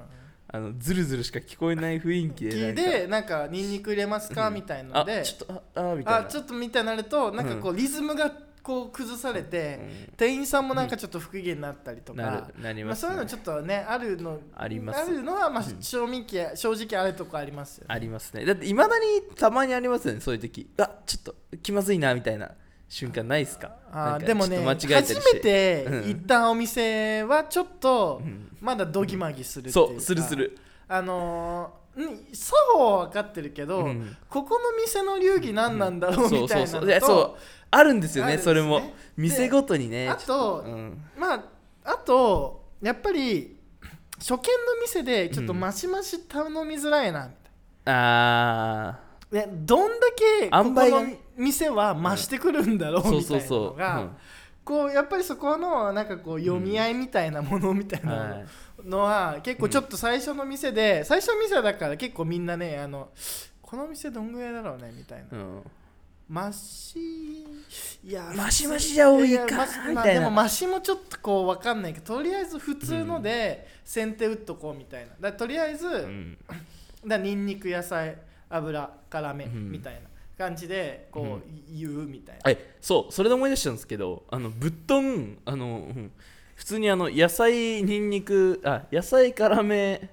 Speaker 2: あのズルズルしか聞こえない雰囲気でなんか
Speaker 1: でなんかニンニク入れますかみたいの
Speaker 2: あ
Speaker 1: で
Speaker 2: ちょっとああーみたい
Speaker 1: あ
Speaker 2: な
Speaker 1: ちょっとみたいになるとなんかこうリズムがこう崩されて
Speaker 2: うん
Speaker 1: 店員さんもなんかちょっと不機嫌になったりと
Speaker 2: な
Speaker 1: か
Speaker 2: るなり
Speaker 1: まあ
Speaker 2: ます、
Speaker 1: そ
Speaker 2: ね
Speaker 1: ういうのちょっとねあるの
Speaker 2: あります
Speaker 1: あるのはまあ
Speaker 2: うん
Speaker 1: 正直正直あるとこありますよね
Speaker 2: ありますねだっていまだにたまにありますよねそういう時あちょっと気まずいなみたいな瞬間ないですか
Speaker 1: あ
Speaker 2: なん
Speaker 1: ー
Speaker 2: か
Speaker 1: でもね
Speaker 2: ちょっ
Speaker 1: 初
Speaker 2: と間違えたりして
Speaker 1: めて
Speaker 2: うん
Speaker 1: 行ったお店はちょっと
Speaker 2: うん
Speaker 1: まだドギマギするっていう
Speaker 2: そ
Speaker 1: か
Speaker 2: うするする
Speaker 1: あのーうん作法は分かってるけど、
Speaker 2: うん
Speaker 1: ここの店の流儀何なんだろう
Speaker 2: そ
Speaker 1: み
Speaker 2: う
Speaker 1: たい
Speaker 2: そ
Speaker 1: なのと、
Speaker 2: うそういやそうあるんですよ
Speaker 1: ある
Speaker 2: ね
Speaker 1: んです
Speaker 2: そ
Speaker 1: ね
Speaker 2: れも
Speaker 1: で
Speaker 2: 店ごとにね
Speaker 1: あ
Speaker 2: ちょ
Speaker 1: と
Speaker 2: っうん
Speaker 1: まああとやっぱり初見の店でちょっと
Speaker 2: うん
Speaker 1: マシマシ頼みづらいなみ
Speaker 2: あ
Speaker 1: たいな、ね、どんだけこ
Speaker 2: 塩梅
Speaker 1: こ
Speaker 2: が
Speaker 1: の
Speaker 2: ね
Speaker 1: 店は増してくるんだろ
Speaker 2: ー
Speaker 1: う
Speaker 2: そ
Speaker 1: みたいう
Speaker 2: うそ
Speaker 1: なの
Speaker 2: そう、うん
Speaker 1: がこうやっぱりそこのなんかこう読み合いみたいなものみたいなの
Speaker 2: はい
Speaker 1: のは結構ちょっと最初の店で、最初の店だから結構みんなねあのこの店どんぐらいだろうねみたいな、
Speaker 2: うん、
Speaker 1: マシいや
Speaker 2: マシマシじゃ多い
Speaker 1: や
Speaker 2: か
Speaker 1: やマシ
Speaker 2: み
Speaker 1: まあ
Speaker 2: たい
Speaker 1: で
Speaker 2: な
Speaker 1: もマシもちょっとこう分かんないけどとりあえず普通ので先手打っとこうみたいなだからとりあえず、
Speaker 2: うん
Speaker 1: だからニンニク野菜油辛め
Speaker 2: うん
Speaker 1: みたいな感じでこう言うみたいな、
Speaker 2: はい、そうそれで思い出したんですけどあのぶっとんあの、うん普通にあの野菜にんにくあ野菜辛め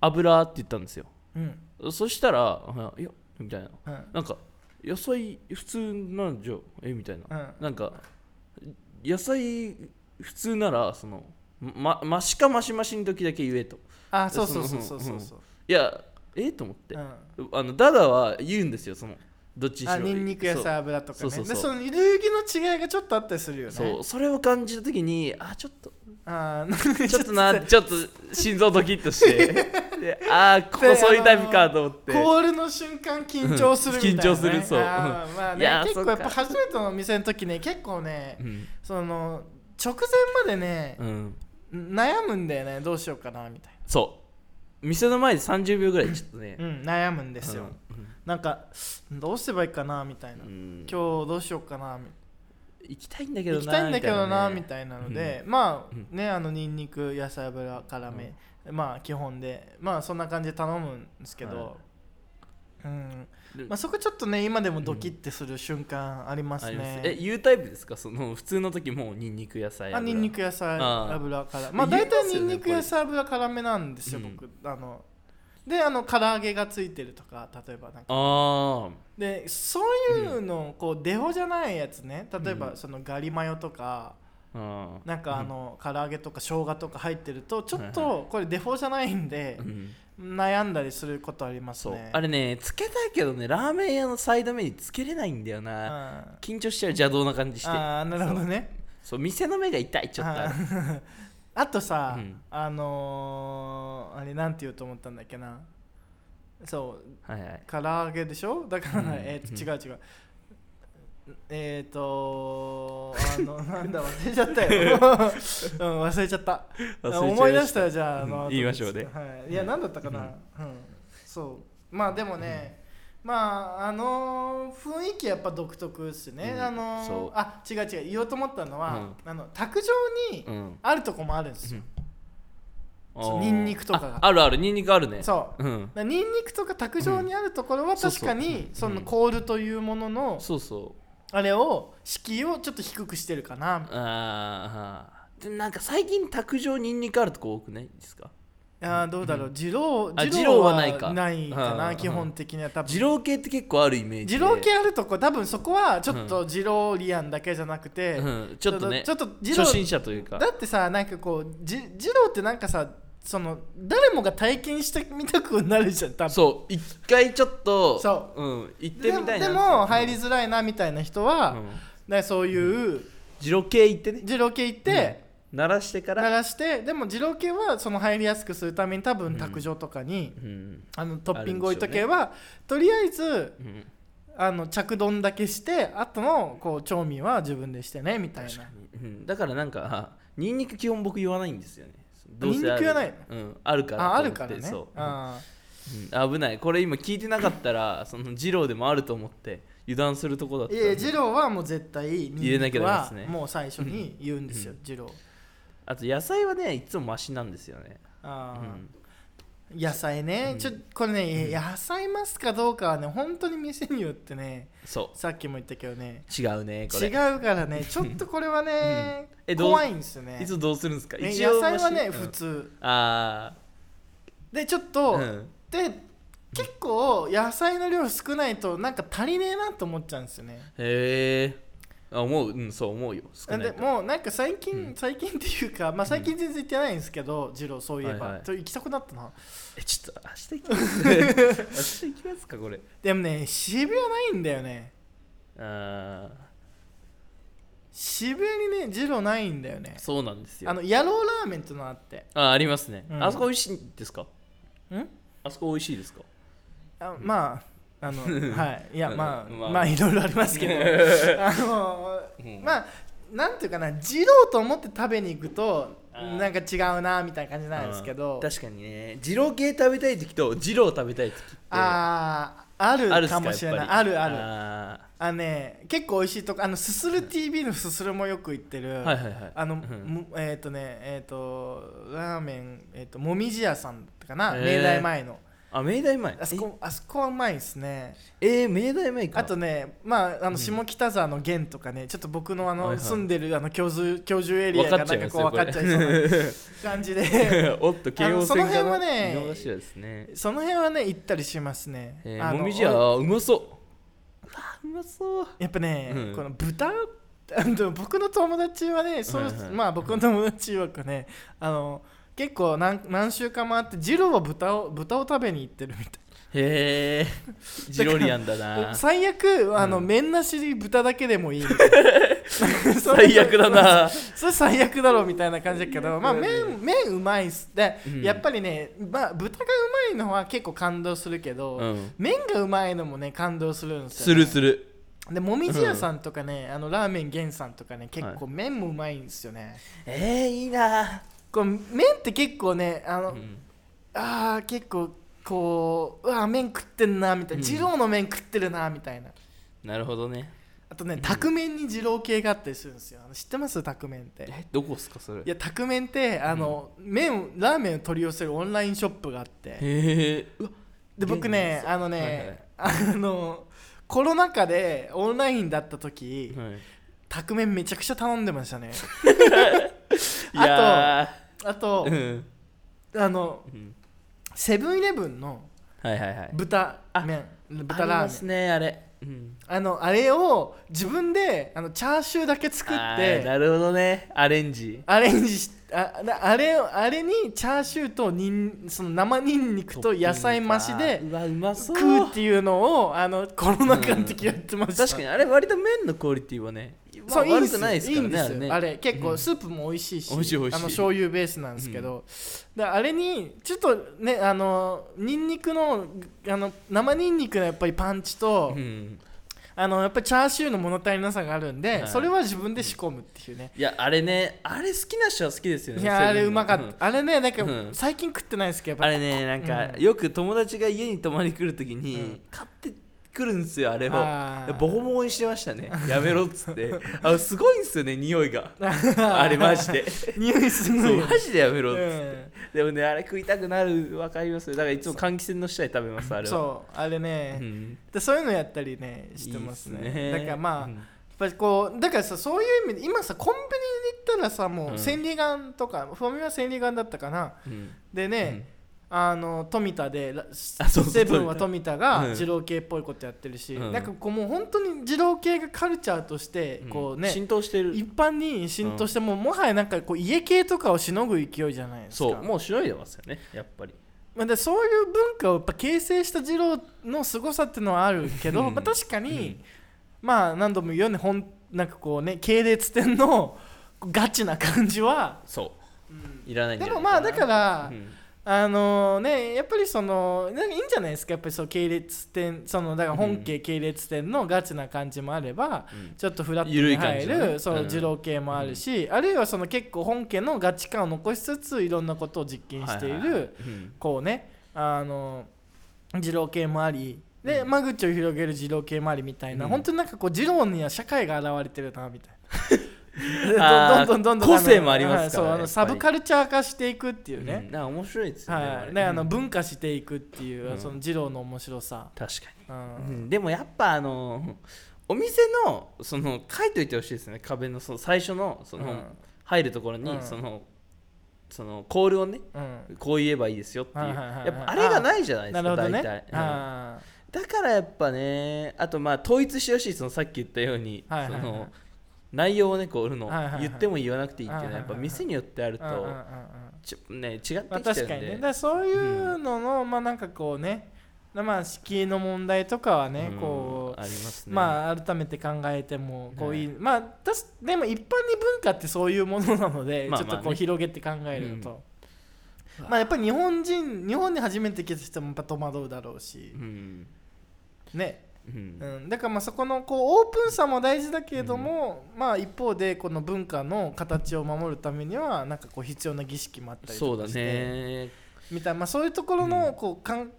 Speaker 2: 油って言ったんですよ
Speaker 1: うん
Speaker 2: そしたらあ「いや」みたいな
Speaker 1: うん
Speaker 2: なんか野菜普通なんじゃえみたいな、
Speaker 1: うん
Speaker 2: なんか野菜普通ならそのまマシかマシマシの時だけ言えと
Speaker 1: あそうそうそうそうそうそう、
Speaker 2: いやえと思って、
Speaker 1: うん
Speaker 2: あのダダは言うんですよそのどっちにしろ
Speaker 1: あニンニクや
Speaker 2: そう
Speaker 1: さ油とかね
Speaker 2: そうそうそう
Speaker 1: でそのルーギの違いがちょっとあったりするよね
Speaker 2: そうそれを感じた時にあちょっ と
Speaker 1: あー
Speaker 2: ちょっとなちょっと心臓ドキッとして でああここそういうタイプかと思って
Speaker 1: コールの瞬間緊張するみたいな、ね、
Speaker 2: 緊張するそう
Speaker 1: あーまあ
Speaker 2: い
Speaker 1: ね
Speaker 2: やー
Speaker 1: 結構
Speaker 2: そ
Speaker 1: や
Speaker 2: っ
Speaker 1: っ
Speaker 2: か
Speaker 1: ぱ初めてのお店の時ね結構ね
Speaker 2: うん
Speaker 1: その直前までね
Speaker 2: う、ん、
Speaker 1: 悩むんだよねどうしようかなみたい
Speaker 2: そう店の前で30秒ぐらいちょっとね、
Speaker 1: な、うん、悩むんですよ、
Speaker 2: うん
Speaker 1: なんかどうすればいいかなみたいな、
Speaker 2: う
Speaker 1: 今
Speaker 2: ん
Speaker 1: 日どうしようかなみたいな
Speaker 2: 行きたいんだけど
Speaker 1: 行
Speaker 2: な
Speaker 1: きたいんだけどなみ
Speaker 2: い
Speaker 1: たいなので、まあねあのニンニク野菜油辛め、まあ基本でまあそんな感じで頼むんですけど、
Speaker 2: は
Speaker 1: うん
Speaker 2: で
Speaker 1: まあ、そこちょっとね今でもドキッてする瞬間あります
Speaker 2: あります
Speaker 1: ね、
Speaker 2: え言うタイプですかその普通の時もうニンニク野菜
Speaker 1: あニンニク野菜
Speaker 2: あー
Speaker 1: 油辛まあ
Speaker 2: 言い
Speaker 1: 大
Speaker 2: ます
Speaker 1: 体
Speaker 2: よね
Speaker 1: ニンニク野菜油辛めなんですよ
Speaker 2: これ
Speaker 1: 僕あのであの唐揚げがついてるとか例えばなんか
Speaker 2: あ
Speaker 1: でそういうのこうデフォじゃないやつね例え
Speaker 2: う
Speaker 1: ば
Speaker 2: ん
Speaker 1: そのガリマヨとか
Speaker 2: ーあー
Speaker 1: なんかあの唐揚げとか生姜とか入ってるとちょっ
Speaker 2: は
Speaker 1: とこれデフォじゃないんで
Speaker 2: うん
Speaker 1: 悩んだりすることあります
Speaker 2: そう、
Speaker 1: ね
Speaker 2: あれねつけたいけどねラーメン屋のサイドメニューつけれないんだよ
Speaker 1: うん
Speaker 2: な、
Speaker 1: あ
Speaker 2: 緊張しちゃう邪道な感じして
Speaker 1: ーなるほどね
Speaker 2: そう店の目が痛いちょっとあ
Speaker 1: あ
Speaker 2: れ
Speaker 1: ー あとさ、
Speaker 2: うん
Speaker 1: あのーあれなんて言うと思ったんだっけなそう
Speaker 2: はいはい
Speaker 1: 唐揚げでしょだから、
Speaker 2: うん
Speaker 1: えー、と違う違うえー、とあ のなんだ忘れちゃったよ、うん、忘れちゃった
Speaker 2: 忘れちゃいました
Speaker 1: 思い出したよじゃああの、
Speaker 2: うん言いましょうね
Speaker 1: はい、いや何だったかな、うんそうまあでもね、まああの雰囲気やっぱ独特っすね、
Speaker 2: うん
Speaker 1: あの
Speaker 2: そう
Speaker 1: あ違う違う言おうと思ったのは、あの卓上に、
Speaker 2: うん
Speaker 1: あるとこもあるんですよ、そう
Speaker 2: あー
Speaker 1: ニンニクとかが
Speaker 2: ああるあるニンニクあるね
Speaker 1: そう
Speaker 2: うん
Speaker 1: だからニンニクとか卓上にあるところは
Speaker 2: そうそ
Speaker 1: 確
Speaker 2: う
Speaker 1: かに
Speaker 2: うん
Speaker 1: その
Speaker 2: うん
Speaker 1: コールというものの
Speaker 2: そうそう
Speaker 1: あれを敷居をちょっと低くしてるかな
Speaker 2: あーあーでなんか最近卓上ニンニクあるとこ多くないですか
Speaker 1: あーどうだろう二郎
Speaker 2: あ
Speaker 1: 二
Speaker 2: 二郎
Speaker 1: 郎
Speaker 2: は
Speaker 1: は
Speaker 2: な
Speaker 1: ないい
Speaker 2: か
Speaker 1: か
Speaker 2: う
Speaker 1: なん基本的には多
Speaker 2: 二
Speaker 1: 分
Speaker 2: 郎系って結構あるイメージで
Speaker 1: 二郎系あるとこ多分そこはちょっと二郎リアンだけじゃなくて
Speaker 2: うんちょっとね
Speaker 1: ちょっと二郎
Speaker 2: 初心者というか
Speaker 1: だってさなんかこうじ二郎ってなんかさその誰もが体験してみたくなるじゃん多分
Speaker 2: そう一回ちょっと、
Speaker 1: そう
Speaker 2: ん、行って
Speaker 1: で
Speaker 2: み
Speaker 1: も
Speaker 2: たいな
Speaker 1: でも入りづらいなみたいな人は、
Speaker 2: うん
Speaker 1: でそういう
Speaker 2: 二郎系行ってね
Speaker 1: 二郎系行って、
Speaker 2: 鳴らしてか
Speaker 1: 鳴
Speaker 2: ら、
Speaker 1: らしてでも二郎系はその入りやすくするために多分卓上とかに、
Speaker 2: うん
Speaker 1: あのトッピング置いとけば、とりあえず
Speaker 2: うん、
Speaker 1: あの着丼だけしてあとのこう調味は自分でしてねみたいな
Speaker 2: うんだからなんかあニンニク基本僕言わないんですよねどうせ
Speaker 1: ニンニク言わない
Speaker 2: あるうん、あるから
Speaker 1: あある
Speaker 2: と思って
Speaker 1: からね
Speaker 2: そう、
Speaker 1: あ
Speaker 2: うん危ないこれ今聞いてなかったらその二郎でもあると思って油断するとこだっ
Speaker 1: ー
Speaker 2: た
Speaker 1: いや二郎はもう絶対ニンニク
Speaker 2: 入れなきゃダメです
Speaker 1: は
Speaker 2: ね
Speaker 1: もう最初に言うんですよ、
Speaker 2: うん
Speaker 1: 二郎
Speaker 2: あと野菜はねいつもマシなんですよね、う
Speaker 1: あー、
Speaker 2: ん、
Speaker 1: 野菜ね、
Speaker 2: うん
Speaker 1: ちょこれね、野菜ますかどうかはね本当に店によってね
Speaker 2: そ
Speaker 1: さっきも言ったけどね
Speaker 2: う違うねこ
Speaker 1: 違
Speaker 2: れ
Speaker 1: うからねちょっとこれはね、
Speaker 2: うんえどう
Speaker 1: 怖いんですよね
Speaker 2: いつどうするんですか
Speaker 1: ね
Speaker 2: 一応
Speaker 1: 野菜はね、
Speaker 2: マシ
Speaker 1: 普通
Speaker 2: うんあ
Speaker 1: でちょっ
Speaker 2: あ
Speaker 1: と、
Speaker 2: うん
Speaker 1: で結構野菜の量少ないとなんか足りねえなと思っちゃうんですよね
Speaker 2: へえ思ううんそう思うよ少ない
Speaker 1: で
Speaker 2: と
Speaker 1: もうなんか最近、
Speaker 2: うん
Speaker 1: 最近っていうか、まあ、最近全然行ってないんですけど、二郎そういえば、
Speaker 2: はいはい
Speaker 1: と行きたくなったな
Speaker 2: えちょっと明日行きます 明日行きますかこれ
Speaker 1: でもね渋谷ないんだよね
Speaker 2: あ
Speaker 1: 渋谷にね二郎ないんだよね
Speaker 2: あそうなんですよ
Speaker 1: あの野郎ラーメンってのあって
Speaker 2: あありますね、
Speaker 1: うん
Speaker 2: あそこ美味しいですか
Speaker 1: ん
Speaker 2: あそこ美味しいですか
Speaker 1: あまああ のはいいやまあ、
Speaker 2: まあ
Speaker 1: まあいろいろありますけ どあの
Speaker 2: うん
Speaker 1: まあなんていうかな二郎と思って食べに行くと
Speaker 2: あー
Speaker 1: なんか違うなみたいな感じなんですけど
Speaker 2: 確かにね二郎系食べたい時と二郎食べたい時って
Speaker 1: ああーあ
Speaker 2: ある
Speaker 1: る
Speaker 2: っす
Speaker 1: か
Speaker 2: か
Speaker 1: もしれな
Speaker 2: や
Speaker 1: い
Speaker 2: っぱ
Speaker 1: あ
Speaker 2: り
Speaker 1: るあるあ
Speaker 2: あ
Speaker 1: ね結構美味しいとこあのすする TV のすするもよく行ってる、
Speaker 2: ーはいはいはい
Speaker 1: あの、
Speaker 2: うん
Speaker 1: むえっ、とねえっ、とラーメンえっ、ともみじ屋さんかな
Speaker 2: へー
Speaker 1: 明大前の
Speaker 2: ああ明大前
Speaker 1: あそこあそこはうまいですね
Speaker 2: ええー、明大前か
Speaker 1: あとねまああ
Speaker 2: うん
Speaker 1: の下北沢の源とかね、ちょっと僕のあの、
Speaker 2: はいはい
Speaker 1: 住んでるあの教授教授エリ
Speaker 2: 分
Speaker 1: ア
Speaker 2: か
Speaker 1: が
Speaker 2: っち
Speaker 1: な
Speaker 2: ゃ
Speaker 1: んか
Speaker 2: います
Speaker 1: こう
Speaker 2: よ
Speaker 1: 分かっちゃいそうな感じで
Speaker 2: おっと慶
Speaker 1: あ
Speaker 2: 応戦
Speaker 1: のその辺
Speaker 2: が
Speaker 1: はね
Speaker 2: 見逃しですね
Speaker 1: その辺はね行ったりしますね、
Speaker 2: え
Speaker 1: あ
Speaker 2: ー、
Speaker 1: の
Speaker 2: もみじやうまそうあうまそう
Speaker 1: やっぱね、
Speaker 2: うん
Speaker 1: この豚でも僕の友達はねそう、
Speaker 2: はいはい
Speaker 1: まあ僕の友達はねあの結構何何週間もあってジローは豚を豚を食べに行ってるみたい
Speaker 2: へえジロリアンだ
Speaker 1: な
Speaker 2: な
Speaker 1: 最悪あの、
Speaker 2: うん
Speaker 1: 麺なしに豚だけでもいいみたいなそれ
Speaker 2: 最悪だ な
Speaker 1: それ最悪だろうみたいな感じだけど、まあ、麺麺うまいっすで、
Speaker 2: うん
Speaker 1: やっぱりね、まあ、豚がうまいのは結構感動するけど、
Speaker 2: うん
Speaker 1: 麺がうまいのもね感動するんです
Speaker 2: す
Speaker 1: よ、ね、
Speaker 2: るする
Speaker 1: でもみじ屋さんとかね、あのラーメン源さんとかね結構麺もうまいんですよね、
Speaker 2: えー、いいな
Speaker 1: こう麺って結構ねあの、
Speaker 2: うん
Speaker 1: あー結構こううわー麺食ってんなみたいな、
Speaker 2: うん
Speaker 1: 二郎の麺食ってるなみたいな
Speaker 2: なるほどね
Speaker 1: あとね卓麺に二郎系があったりするんですよあの知ってます卓麺って
Speaker 2: えどこっすかそれ
Speaker 1: いや卓麺ってあの、麺ラーメンを取り寄せるオンラインショップがあって
Speaker 2: へえうわ
Speaker 1: で僕ねあのね、あのコロナ禍でオンラインだった時、
Speaker 2: はい
Speaker 1: 卓麺めちゃくちゃ頼んでましたね
Speaker 2: いや
Speaker 1: あ
Speaker 2: ー
Speaker 1: と
Speaker 2: うん
Speaker 1: あの
Speaker 2: うん
Speaker 1: セブンイレブンの
Speaker 2: はいはいはい
Speaker 1: 豚
Speaker 2: あ
Speaker 1: 麺豚ラーメンあ
Speaker 2: ありますねあれ、うん、
Speaker 1: のあれを自分であのチャーシューだけ作っ
Speaker 2: あー
Speaker 1: て
Speaker 2: なるほどねアレンジ
Speaker 1: アレンジしあなあれをあれにチャーシューとにんその生ニンニクと野菜増しで
Speaker 2: うわうまそう
Speaker 1: 食うっていうのをあのコロナ禍の時やってました、
Speaker 2: 確かにあれ割と麺のクオリティはね
Speaker 1: そう
Speaker 2: ま
Speaker 1: いい
Speaker 2: あ
Speaker 1: んで
Speaker 2: 悪
Speaker 1: すよ
Speaker 2: くないですからね
Speaker 1: いいんですよ
Speaker 2: あ
Speaker 1: あ
Speaker 2: れ
Speaker 1: れ
Speaker 2: ね
Speaker 1: 結
Speaker 2: う
Speaker 1: 構
Speaker 2: ん
Speaker 1: スープも美味しいし、
Speaker 2: 美味しい美味しい
Speaker 1: あの醤油ベースなんですけど、であれにちょっとねあのニンニクのあの生ニンニクのやっぱりパンチと、
Speaker 2: うん
Speaker 1: あのやっぱりチャーシューの物足りなさがあるんで、
Speaker 2: はい
Speaker 1: それは自分で仕込むっていうね、
Speaker 2: いやあれねあれ好きな人は好きですよね
Speaker 1: いやあれうまかった、
Speaker 2: ん
Speaker 1: あれねなんか、
Speaker 2: うん
Speaker 1: 最近食ってないですけど
Speaker 2: あ
Speaker 1: やっ
Speaker 2: れねなんか、
Speaker 1: うん
Speaker 2: よく友達が家に泊まり来るときに、
Speaker 1: うん
Speaker 2: 買ってくるんですよあれを
Speaker 1: あー
Speaker 2: ボコボコにしてましたねやめろっつってあすごいんですよね匂いが
Speaker 1: ぱ
Speaker 2: あれマ ジで
Speaker 1: 匂いすご
Speaker 2: そ
Speaker 1: いうよ
Speaker 2: マジでやめろっつって、
Speaker 1: うん
Speaker 2: でもねあれ食いたくなるわかりますよだからいつも換気扇の下で食べますあれは
Speaker 1: そうあれね、
Speaker 2: ん、
Speaker 1: でそういうのやったりねしてますね
Speaker 2: いいっすね
Speaker 1: だからまあ、
Speaker 2: うん
Speaker 1: やっぱりこうだからさそういう意味で今さコンビニに行ったらさも
Speaker 2: うん
Speaker 1: う千里眼とか、ファミマ千里眼だったかな
Speaker 2: うん
Speaker 1: でね、あの富田でラ
Speaker 2: あそうそう
Speaker 1: セブンは富田
Speaker 2: うん
Speaker 1: が二郎系っぽいことやってるし、
Speaker 2: うん
Speaker 1: なんかこうもう本当に二郎系がカルチャーとして
Speaker 2: うん
Speaker 1: こうね、
Speaker 2: 浸透してる
Speaker 1: 一般に浸透してもうもはやなんかこう家系とかをしのぐ勢いじゃないですか
Speaker 2: そうもうしのいでますよねやっぱり
Speaker 1: まあ、でそういう文化をやっぱ形成した二郎の凄さっていうのはあるけど、
Speaker 2: うん
Speaker 1: まあ、確かに、まあ何度も言うようにほんなんかこうね系列店のガチな感じは、
Speaker 2: そう
Speaker 1: うん
Speaker 2: いらないんじ
Speaker 1: で
Speaker 2: ゃな
Speaker 1: も
Speaker 2: い
Speaker 1: まあだか
Speaker 2: な
Speaker 1: ら、
Speaker 2: うん
Speaker 1: あのねやっぱりそのなんかいいんじゃないですかやっぱりそう系列店そのだから本家系列店のガチな感じもあれば、
Speaker 2: うん
Speaker 1: ちょっとフラット
Speaker 2: 緩い
Speaker 1: に
Speaker 2: 感じ
Speaker 1: 入
Speaker 2: のね
Speaker 1: る、そう
Speaker 2: うん
Speaker 1: 二郎系もあるし、あるいはその結構本家のガチ感を残しつついろんなことを実験している、
Speaker 2: はははうん
Speaker 1: こうねあの二郎系もありで、
Speaker 2: うん
Speaker 1: 間口を広げる二郎系もありみたいな、
Speaker 2: うん
Speaker 1: 本当になんかこう二郎には社会が現れてるなみたいな。
Speaker 2: あー
Speaker 1: どんどんどんどんどん
Speaker 2: 個性もありますからね
Speaker 1: はいそうあ
Speaker 2: やっぱ
Speaker 1: の
Speaker 2: り
Speaker 1: サブカルチャー化していくっていう
Speaker 2: うん
Speaker 1: ね、
Speaker 2: だから面白いですよね
Speaker 1: は
Speaker 2: れ
Speaker 1: い、であ
Speaker 2: う
Speaker 1: の
Speaker 2: ん
Speaker 1: 文化していくっていう、
Speaker 2: うん
Speaker 1: その二郎の面白さ、
Speaker 2: 確か
Speaker 1: う
Speaker 2: に、うんんでもやっぱあのお店のその書いといてほしいですね壁のその最初のその、
Speaker 1: うん
Speaker 2: 入るところに、
Speaker 1: うん
Speaker 2: そのそのコールをね
Speaker 1: うん
Speaker 2: こう言えばいいですよっていう、
Speaker 1: はいはいはいはい
Speaker 2: やっぱあれがないじゃないで
Speaker 1: な
Speaker 2: す
Speaker 1: るほ
Speaker 2: か
Speaker 1: どね
Speaker 2: 大体、うん
Speaker 1: あ
Speaker 2: だからやっぱねあとまあ統一してほしいそのさっき言ったように、
Speaker 1: はいはいはい
Speaker 2: その内容をねこう売るの、
Speaker 1: はいはいはい
Speaker 2: 言っても言わなくていいっていうのは
Speaker 1: はい
Speaker 2: や
Speaker 1: は
Speaker 2: っ
Speaker 1: いはい
Speaker 2: ぱ店によってある
Speaker 1: ー
Speaker 2: と、
Speaker 1: うんうんうんうん
Speaker 2: ちょね違ってきち
Speaker 1: ま
Speaker 2: ゃう
Speaker 1: あ、
Speaker 2: んで、
Speaker 1: 確かにねだからそういうのの、まあなんかこうねまあ敷居の問題とかはね、
Speaker 2: うん
Speaker 1: こう
Speaker 2: ありますね
Speaker 1: まあ改めて考えてもこういい、
Speaker 2: は
Speaker 1: まあたしでも一般に文化ってそういうものなので、
Speaker 2: まあ
Speaker 1: ちょっと
Speaker 2: まあ
Speaker 1: こう
Speaker 2: ね
Speaker 1: 広げて考えると、
Speaker 2: うん
Speaker 1: まあやっぱり日本人日本に初めて来た人もやっぱ戸惑うだろうし
Speaker 2: う、ん
Speaker 1: ね、
Speaker 2: うん
Speaker 1: うん、だからまあそこのこうオープンさも大事だけれども、まあ一方でこの文化の形を守るためにはなんかこう必要な儀式もあったり
Speaker 2: そ
Speaker 1: と
Speaker 2: うだ
Speaker 1: かして
Speaker 2: ね
Speaker 1: みたいな、まあ、そういうところ
Speaker 2: うん
Speaker 1: のこう、かん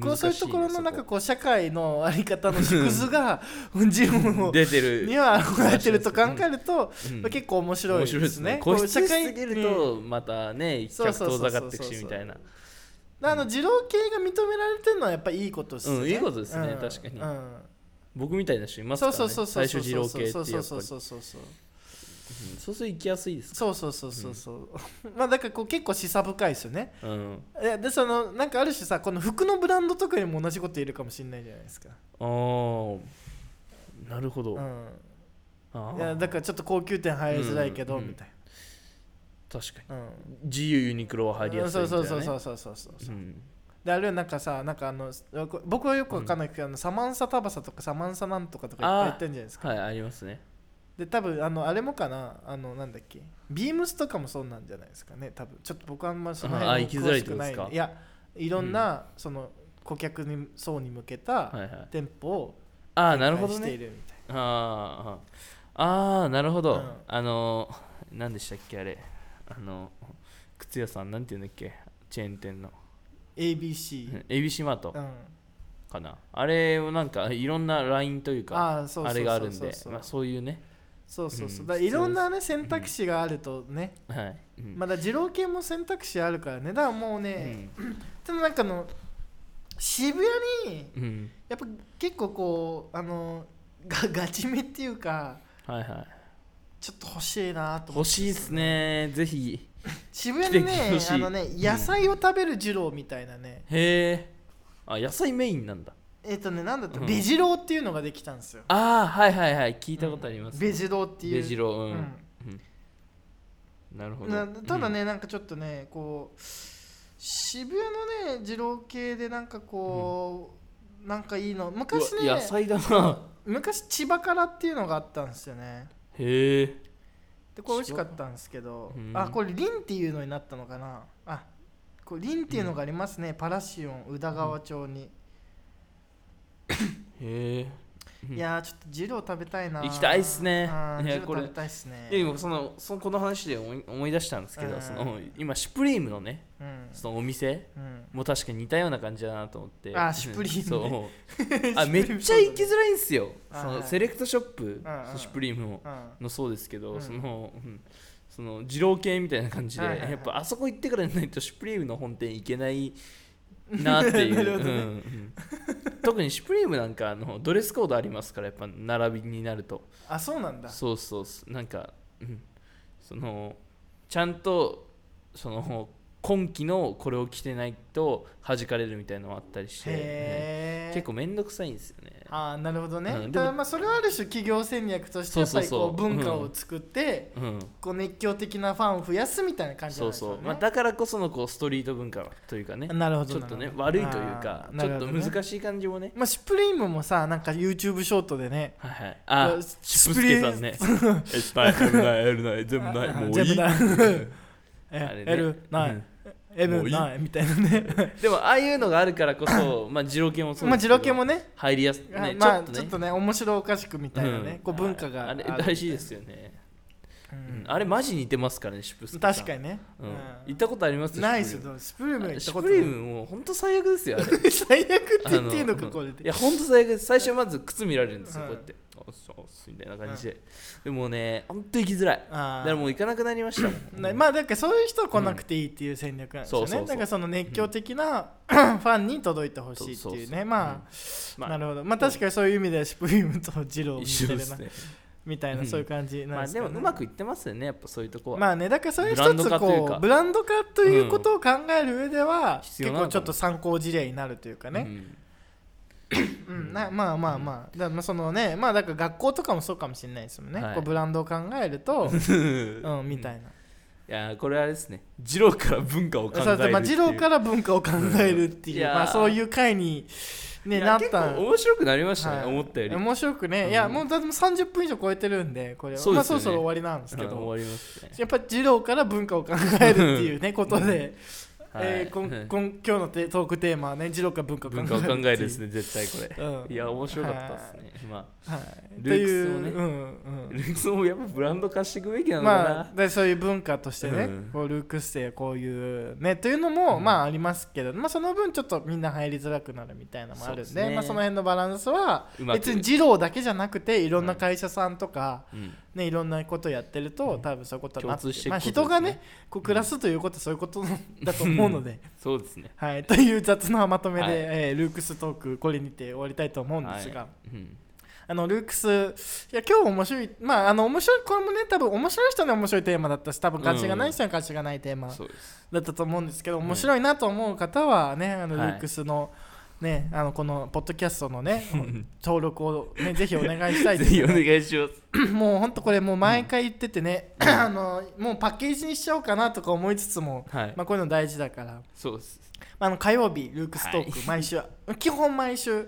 Speaker 1: こうそういうところのなんか
Speaker 2: こ
Speaker 1: こう社会のあり方の縮図が 自分を
Speaker 2: 出てる
Speaker 1: には憧れてると考えると、
Speaker 2: うん
Speaker 1: まあ、結構面白いですね。
Speaker 2: 面白
Speaker 1: こ
Speaker 2: いうですね
Speaker 1: 社
Speaker 2: 固執し
Speaker 1: 会
Speaker 2: すぎるとまたね一
Speaker 1: そう
Speaker 2: 脚
Speaker 1: そう
Speaker 2: 遠
Speaker 1: そう
Speaker 2: ざ
Speaker 1: そう
Speaker 2: かってくしみたいな
Speaker 1: あの二郎系が認められてるのはやっぱいいことですよね、
Speaker 2: うんいいことですね
Speaker 1: うん
Speaker 2: 確かに
Speaker 1: うん
Speaker 2: 僕みたいな人いますか
Speaker 1: そう
Speaker 2: らね
Speaker 1: そうそうそう
Speaker 2: 最
Speaker 1: そう
Speaker 2: 初二郎系ってやっぱり
Speaker 1: そうそうそうそうそう
Speaker 2: うんそうすると行きやすいです
Speaker 1: そうそうそうそうそう まあだからこう結構示唆深いですよね
Speaker 2: うん
Speaker 1: えでそのなんかある種さこの服のブランドとかにも同じこと言えるかもしれないじゃないですか
Speaker 2: あーなるほど、
Speaker 1: う
Speaker 2: あ
Speaker 1: んいや
Speaker 2: あ
Speaker 1: だからちょっと高級店入りづらいけど、
Speaker 2: うん
Speaker 1: みたい
Speaker 2: 確かに
Speaker 1: な、うん
Speaker 2: 自由ユニクロは入りやすいみたいな、
Speaker 1: そうそ
Speaker 2: ね、
Speaker 1: うそううそうそうそうそう、
Speaker 2: ん
Speaker 1: であるいはなんかさなんかあのこ僕はよくわかんないけど、あのサマンサタバサとかサマンサなんとかとかいっぱい言ってるんじゃないですか
Speaker 2: はいありますね
Speaker 1: で多分あのあれもかなあのなんだっけビームスとかもそうなんじゃないですかね多分ちょっと僕はあんまりその
Speaker 2: ああ
Speaker 1: 辺
Speaker 2: 行きづらいってこ
Speaker 1: 詳
Speaker 2: とで
Speaker 1: し
Speaker 2: す
Speaker 1: く
Speaker 2: か
Speaker 1: ないんいやいろんな、その顧客に層に向けた
Speaker 2: はいはい
Speaker 1: 店舗を
Speaker 2: ああなるほど
Speaker 1: 展開してい
Speaker 2: ね
Speaker 1: るみたい
Speaker 2: あーあーあーなるほど、
Speaker 1: うん
Speaker 2: あのー何でしたっけあれあの靴屋さんなんていうんだっけチェーン店の
Speaker 1: な ABC、
Speaker 2: ABC マート
Speaker 1: うん、
Speaker 2: かなあれをなんかいろんなラインというか
Speaker 1: ああそうそうそうそう
Speaker 2: あれがあるんで
Speaker 1: そう
Speaker 2: まあそういうね
Speaker 1: そうそうそう
Speaker 2: うん
Speaker 1: だからいろんなね選択肢があるとね、
Speaker 2: はい、うん
Speaker 1: まだ二郎系も選択肢あるからねだからもう
Speaker 2: う
Speaker 1: ね、
Speaker 2: ん
Speaker 1: でもなんかあの渋谷に
Speaker 2: うん
Speaker 1: やっぱ結構こうあのが ガチめっていうか
Speaker 2: はいはい
Speaker 1: ちょっと欲しいなと思
Speaker 2: 欲
Speaker 1: って
Speaker 2: しいっすねぜひ
Speaker 1: 渋谷に
Speaker 2: 来て
Speaker 1: ね
Speaker 2: ほしい
Speaker 1: あのね
Speaker 2: うん
Speaker 1: 野菜を食べる二郎みたいなね、
Speaker 2: へえあ野菜メインなんだ
Speaker 1: えっ、とねなんだって、
Speaker 2: うん
Speaker 1: ベジローっていうのができたんですよ
Speaker 2: ああはいはいはい聞いたことあります、
Speaker 1: ベジローっていう
Speaker 2: ベジローうん、
Speaker 1: うん
Speaker 2: うんなるほど
Speaker 1: なただね、なんかちょっとねこう渋谷のね二郎系でなんかこう、なんかいいの
Speaker 2: うんうわ
Speaker 1: 昔ね
Speaker 2: 野菜だな
Speaker 1: 昔千葉からっていうのがあったんですよね
Speaker 2: へえ
Speaker 1: でこれ美味しかったんですけど、
Speaker 2: 千葉うん
Speaker 1: あこれリンっていうのになったのかなあこれリンっていうのがありますね、パラシオン宇田川町に、
Speaker 2: へえうん
Speaker 1: いやーちょっと二郎食べたいな
Speaker 2: 行きたいっすね
Speaker 1: あー
Speaker 2: いや
Speaker 1: 二郎
Speaker 2: これ
Speaker 1: 食べたいっすね
Speaker 2: でもそのそのこの話で思い思い出したんですけ
Speaker 1: うん
Speaker 2: どその今シュプリームのね
Speaker 1: うん
Speaker 2: そのお店
Speaker 1: うん
Speaker 2: も確かに似たような感じだなと思って
Speaker 1: あシュプリームね
Speaker 2: そ うあめっちゃ行きづらいんですよ
Speaker 1: あ
Speaker 2: その
Speaker 1: はい
Speaker 2: セレクトショップ
Speaker 1: うんうん
Speaker 2: そのシュプリームも
Speaker 1: うん
Speaker 2: のそうですけど、
Speaker 1: うん
Speaker 2: その、うんその二郎系みたいな感じで、
Speaker 1: はいはいはい
Speaker 2: やっぱあそこ行ってからじゃないとシュプリームの本店行けないなってい
Speaker 1: な
Speaker 2: う、
Speaker 1: るほ
Speaker 2: うん
Speaker 1: どね
Speaker 2: うん特にシュプリームなんかあのドレスコードありますからやっぱ並びになると
Speaker 1: あそうなんだ
Speaker 2: そうそうそうなんか、うん、そのちゃんとその今季のこれを着てないと弾かれるみたいなのもあったりして、ね
Speaker 1: へえ
Speaker 2: 結構面倒くさいんですよね
Speaker 1: ああなるほどね、
Speaker 2: うんで
Speaker 1: た
Speaker 2: も
Speaker 1: だまあそれはある種企業戦略として
Speaker 2: そ
Speaker 1: やっ
Speaker 2: う
Speaker 1: ぱ
Speaker 2: そう
Speaker 1: り
Speaker 2: そう
Speaker 1: こう文化を作って
Speaker 2: うん
Speaker 1: こう熱狂的なファンを増やすみたいな感じな
Speaker 2: そ
Speaker 1: ん
Speaker 2: う
Speaker 1: ですよ
Speaker 2: そ
Speaker 1: ね
Speaker 2: う、まあ、だからこそのこうストリート文化というかね
Speaker 1: なるほど
Speaker 2: ちょっと
Speaker 1: な
Speaker 2: ね
Speaker 1: るほど
Speaker 2: 悪いというか
Speaker 1: あー
Speaker 2: ち
Speaker 1: なる
Speaker 2: ょっ
Speaker 1: ほ
Speaker 2: と
Speaker 1: どね
Speaker 2: 難しい感じもね
Speaker 1: まあシュプリームもさなんか YouTube ショートでね
Speaker 2: はいはいあ
Speaker 1: いや
Speaker 2: ーシップスケさんねえスパイ危ない危ない全部ないもうい
Speaker 1: 全
Speaker 2: い
Speaker 1: 部ない
Speaker 2: あれ
Speaker 1: え
Speaker 2: ね
Speaker 1: L な
Speaker 2: う
Speaker 1: い
Speaker 2: ん
Speaker 1: M ないみたいなね
Speaker 2: でもああいうのがあるからこそまあ二郎系もそう
Speaker 1: まあ
Speaker 2: で
Speaker 1: 二
Speaker 2: すけど
Speaker 1: 郎系もね
Speaker 2: 入りやすくね
Speaker 1: まあ
Speaker 2: ち
Speaker 1: ちょ
Speaker 2: ょっ
Speaker 1: っ
Speaker 2: と
Speaker 1: と
Speaker 2: ね
Speaker 1: ね面白おかしくみたいな
Speaker 2: うん
Speaker 1: ねこう文化が
Speaker 2: あ
Speaker 1: あ
Speaker 2: れ
Speaker 1: る
Speaker 2: 大事ですよね
Speaker 1: うん
Speaker 2: あれマジ似てますからねシップスケさん
Speaker 1: 確かにね
Speaker 2: うん
Speaker 1: うん
Speaker 2: 行ったことあります
Speaker 1: ないっす
Speaker 2: シップ
Speaker 1: よシュプリームは行ったこ
Speaker 2: ス
Speaker 1: と
Speaker 2: プ
Speaker 1: な
Speaker 2: リ
Speaker 1: い
Speaker 2: ームもう本当最悪ですよあ れ
Speaker 1: 最悪って
Speaker 2: あ
Speaker 1: 言っていいのか
Speaker 2: うん
Speaker 1: これで
Speaker 2: いや本当最悪です最初まず靴見られるんですよ、
Speaker 1: うん
Speaker 2: こうやって「おっすおっす」みたいな感じで、でもね本当行きづらいだ
Speaker 1: あ
Speaker 2: からもう行かなくなりましたもん
Speaker 1: なまあだからそういう人は来なくていいっていう戦略なんですよね、
Speaker 2: うんそうそうそう
Speaker 1: だからその熱狂的な、 ファンに届いてほしいって
Speaker 2: そ
Speaker 1: い
Speaker 2: うそう
Speaker 1: う
Speaker 2: そう
Speaker 1: ねまあ、
Speaker 2: まあ
Speaker 1: なるほどまあ確かにそういう意味ではシュプリームとジローみ
Speaker 2: 一緒
Speaker 1: たい
Speaker 2: で
Speaker 1: な,、
Speaker 2: すね
Speaker 1: みたいな
Speaker 2: うん
Speaker 1: そういう感じな
Speaker 2: ま
Speaker 1: ん
Speaker 2: あ
Speaker 1: ですか
Speaker 2: で
Speaker 1: ね
Speaker 2: もうまくいってますよねやっぱそういうとこは、
Speaker 1: まあねだからそういう
Speaker 2: ブラ
Speaker 1: 一
Speaker 2: ンド
Speaker 1: つ
Speaker 2: 化という
Speaker 1: こ
Speaker 2: か
Speaker 1: うブランド化ということを考える上では、
Speaker 2: 必要
Speaker 1: 結
Speaker 2: なのかも
Speaker 1: 構ちょっと参考事例になるというか
Speaker 2: あ
Speaker 1: ね、うんなまあまあまあ、だからまあそのねまあだから学校とかもそうかもしれないですもんね、
Speaker 2: はい
Speaker 1: こうブランドを考える と、
Speaker 2: う
Speaker 1: うん、みたいな、
Speaker 2: やーこれあれですね二郎から文化を考える
Speaker 1: そ
Speaker 2: っ
Speaker 1: う
Speaker 2: て
Speaker 1: そ
Speaker 2: いうう、
Speaker 1: まあ、二郎から文化を考えるっていう
Speaker 2: いやー
Speaker 1: まあ、そういう回に、ね、
Speaker 2: い
Speaker 1: な
Speaker 2: や
Speaker 1: った
Speaker 2: 結構面白くなりましたね、
Speaker 1: はい
Speaker 2: 思ったより、
Speaker 1: 面白くね、
Speaker 2: うん
Speaker 1: いやもうだってもう30分以上超えてるんでこれは
Speaker 2: そう
Speaker 1: ま
Speaker 2: で
Speaker 1: あ、
Speaker 2: す
Speaker 1: そ
Speaker 2: よ
Speaker 1: ろ
Speaker 2: ね
Speaker 1: そろ終わりなんですけ
Speaker 2: うん
Speaker 1: ど、
Speaker 2: 終わりますね
Speaker 1: やっぱ二郎から文化を考えるっていうねことで、えーこん
Speaker 2: はい
Speaker 1: こん今日のテトークテーマはね二郎から文化を考え
Speaker 2: 文
Speaker 1: る
Speaker 2: 化を考えるです
Speaker 1: ね、
Speaker 2: ね絶対これ
Speaker 1: うん、
Speaker 2: いや面白かったですね、ま
Speaker 1: はい、はい、
Speaker 2: ルークスをね
Speaker 1: という
Speaker 2: あ
Speaker 1: うん
Speaker 2: ルイクスもやっぱブランド化していくべきな
Speaker 1: うん
Speaker 2: のかな、
Speaker 1: まあ、でそういう文化としてね、
Speaker 2: うん
Speaker 1: こうルークス生こういうねというのも、
Speaker 2: うん
Speaker 1: まあありますけど、まあ、その分ちょっとみんな入りづらくなるみたいなのもあるんで
Speaker 2: そうですね
Speaker 1: まあ、その辺のバランスは
Speaker 2: うまく
Speaker 1: 別に二郎だけじゃなくていろんな会社さんとか、
Speaker 2: うん
Speaker 1: ね、いろんなことやってると多分そういうことになって
Speaker 2: 共通していく
Speaker 1: まあ、
Speaker 2: ことですね
Speaker 1: 人がねこう暮らすということはそういうことだと思思うので、
Speaker 2: そうですね。
Speaker 1: はい、 という雑なまとめで、
Speaker 2: はい
Speaker 1: えールークストークこれにて終わりたいと思うんですが、
Speaker 2: うん
Speaker 1: あのルークスいや今日面白いまああの面白いこれもね多分面白い人には面白いテーマだったし多分価値がない人には価値がないテーマ
Speaker 2: そうです。
Speaker 1: だったと思うんですけど、
Speaker 2: ん
Speaker 1: 面白いなと思う方はねあのル
Speaker 2: はい
Speaker 1: ークスの、ね、あのこのポッドキャストのね登録を、ね、ぜひお願いしたいで
Speaker 2: ぜ
Speaker 1: す
Speaker 2: ひお願いしま す。
Speaker 1: もうほんとこれもう毎回言っててね、あのもうパッケージにしちゃおうかなとか思いつつも、
Speaker 2: はい。
Speaker 1: まあ、こういうの大事だから
Speaker 2: そうです。
Speaker 1: あの火曜日ルークストーク、毎週基本毎週
Speaker 2: う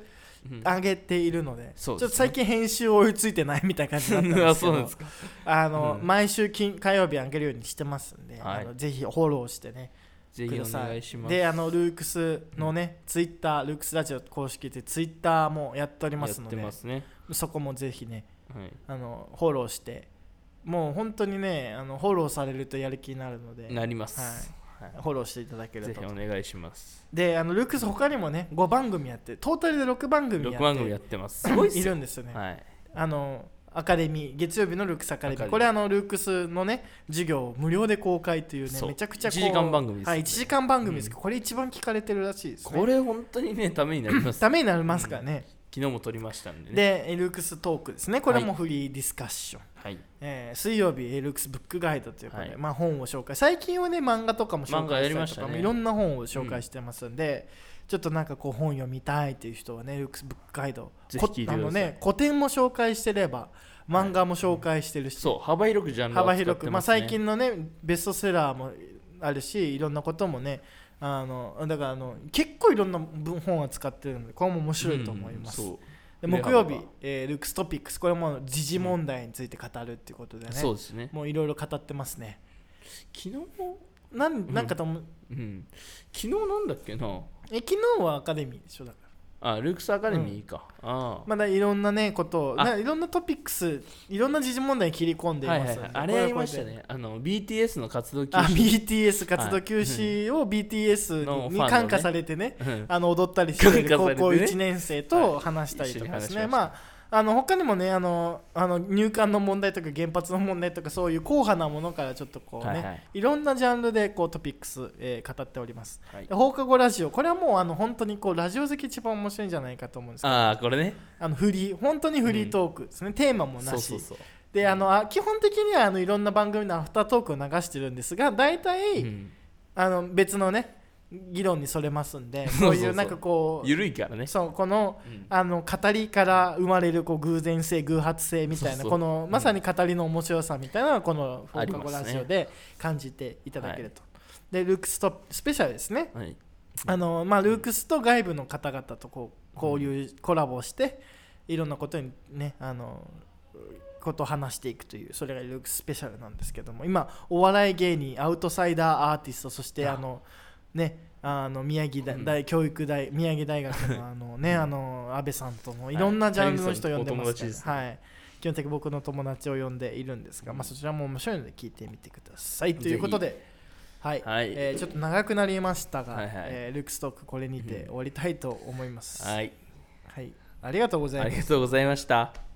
Speaker 2: ん
Speaker 1: 上げているので,、ち
Speaker 2: そ
Speaker 1: ょ
Speaker 2: う
Speaker 1: っ
Speaker 2: です
Speaker 1: と
Speaker 2: ね
Speaker 1: 最近編集追いついてないみたいな感じだったん
Speaker 2: あ
Speaker 1: ですけ
Speaker 2: そうなん
Speaker 1: ど
Speaker 2: ですか。
Speaker 1: あの、
Speaker 2: うん
Speaker 1: 毎週金火曜日上げるようにしてますんで、
Speaker 2: はい
Speaker 1: あのぜひフォローしてね
Speaker 2: ぜひお願いします。
Speaker 1: であのルークスのね、ツイッタールークスラジオ公式でツイッターもやっております
Speaker 2: や
Speaker 1: の
Speaker 2: って
Speaker 1: で
Speaker 2: ますね。
Speaker 1: そこもぜひね
Speaker 2: はい。
Speaker 1: あのフォローしてもう本当にねあのフォローされるとやる気になるので
Speaker 2: なります。はい
Speaker 1: フォローしていただける
Speaker 2: ぜ
Speaker 1: と
Speaker 2: ひお願いします。
Speaker 1: であのルークス他にもね5番組やってトータルで6番組やって
Speaker 2: 6番組やってます。すごいっす
Speaker 1: い
Speaker 2: よ。
Speaker 1: るんですよね、
Speaker 2: はい。
Speaker 1: あのアカデミー月曜日のルークスアカデミー
Speaker 2: アカデミー
Speaker 1: これあのルークスのね授業を無料で公開というね
Speaker 2: そう
Speaker 1: めちゃくちゃこう
Speaker 2: 一時間番組ですよ
Speaker 1: はい1時間番組ですけど、これ一番聞かれてるらしいですね
Speaker 2: これ本当にね、ためになります。
Speaker 1: ためになりますからね、
Speaker 2: 昨日も撮りましたんでね。
Speaker 1: でルークストークですねこれもフリーディスカッション、
Speaker 2: はい。
Speaker 1: えー水曜日ルークスブックガイドということで、
Speaker 2: はい
Speaker 1: まあ、本を紹介最近はね漫画とかも紹
Speaker 2: 漫画
Speaker 1: 介
Speaker 2: や
Speaker 1: し
Speaker 2: り
Speaker 1: た
Speaker 2: ま
Speaker 1: り
Speaker 2: し
Speaker 1: と
Speaker 2: た
Speaker 1: かも
Speaker 2: ね
Speaker 1: いろんな本を紹介してますんで、ちょっとなんかこう本読みたいという人はねルークスブックガイド
Speaker 2: ぜひ聞いてください
Speaker 1: こあのね古典も紹介してれば漫画も紹介してるし、
Speaker 2: そう、幅広くジャンルを
Speaker 1: 幅
Speaker 2: 扱っ
Speaker 1: 広
Speaker 2: てます、
Speaker 1: く
Speaker 2: ね。
Speaker 1: まあ、最近のねベストセラーもあるしいろんなこともねあのだからあの結構いろんな文本を使ってるのでこれも面白いと思います、
Speaker 2: うんそう
Speaker 1: で木曜日
Speaker 2: 振れ幅が、
Speaker 1: えールークストピックスこれも時事問題について語るっていうことでね、
Speaker 2: そうですね。
Speaker 1: もういろいろ語ってますね
Speaker 2: 昨日も、
Speaker 1: なんなんかとも、
Speaker 2: うん、昨日なんだっけな。
Speaker 1: え昨日はアカデミーでしょだから
Speaker 2: あ、ルークスアカデミーか。ああ。
Speaker 1: まだいろんなねことを
Speaker 2: あ
Speaker 1: ないろんなトピックスいろんな時事問題に切り込んでい
Speaker 2: はい
Speaker 1: ま
Speaker 2: は
Speaker 1: す
Speaker 2: い
Speaker 1: の
Speaker 2: は
Speaker 1: で
Speaker 2: い、あれやりましたね。あの、BTS の活動休
Speaker 1: あ
Speaker 2: 止。
Speaker 1: BTS 活動休止を BTS
Speaker 2: のファン
Speaker 1: に
Speaker 2: のね
Speaker 1: 感化されてね
Speaker 2: うん
Speaker 1: あの踊ったり してる
Speaker 2: 感化
Speaker 1: 高
Speaker 2: さ
Speaker 1: 校
Speaker 2: れてね
Speaker 1: 1年生と話したりとかですね、
Speaker 2: はい一緒に話しました
Speaker 1: まああの他にもねあのあの入管の問題とか原発の問題とかそういう硬派なものからちょっとこうね、
Speaker 2: はいいはい
Speaker 1: ろんなジャンルでこうトピックス、えー語っております、
Speaker 2: はい
Speaker 1: で放課後ラジオこれはもうあの本当にこうラジオ好き一番面白いんじゃないかと思うんですけど
Speaker 2: ああ、これね。
Speaker 1: あのフリー本当にフリートークですね、テーマもなし
Speaker 2: そうそうそう。
Speaker 1: であのあ基本的にはあのいろんな番組のアフタートークを流してるんですが大体、
Speaker 2: うん
Speaker 1: あの別のね議論にそれますんで
Speaker 2: そうそうそ
Speaker 1: こ
Speaker 2: う
Speaker 1: ういうなんかこう
Speaker 2: ゆるいからね。
Speaker 1: そうこの
Speaker 2: うん
Speaker 1: あの語りから生まれるこう偶然性偶発性みたいな
Speaker 2: そうそう
Speaker 1: この
Speaker 2: うん
Speaker 1: まさに語りの面白さみたいなのはこの「フォ
Speaker 2: あり
Speaker 1: ーカ
Speaker 2: ますね
Speaker 1: ラジオ」で感じていただけると。でルークスとスペシャルですね、
Speaker 2: はい。
Speaker 1: あのまあ、ルークスと外部の方々とこう交流、コラボしていろんなことにねあのことを話していくというそれがルークススペシャルなんですけども今お笑い芸人アウトサイダーアーティストそして
Speaker 2: あ
Speaker 1: あのねあの宮城大,、
Speaker 2: うん
Speaker 1: 大教育大宮城大学のあ のね、あの安倍さんともいろんなジャンルの人呼んでま
Speaker 2: お友達
Speaker 1: す,、
Speaker 2: ですね
Speaker 1: はい基本的に僕の友達を呼んでいるんですが、まあ、そちらも面白いので聞いてみてくださいということではい、
Speaker 2: はい
Speaker 1: えーちょっと長くなりましたが、
Speaker 2: はいはい
Speaker 1: えールックストークこれにて終わりたいと思います。
Speaker 2: はい。
Speaker 1: はい、ありがとうございま
Speaker 2: あ
Speaker 1: す
Speaker 2: りがとうございました。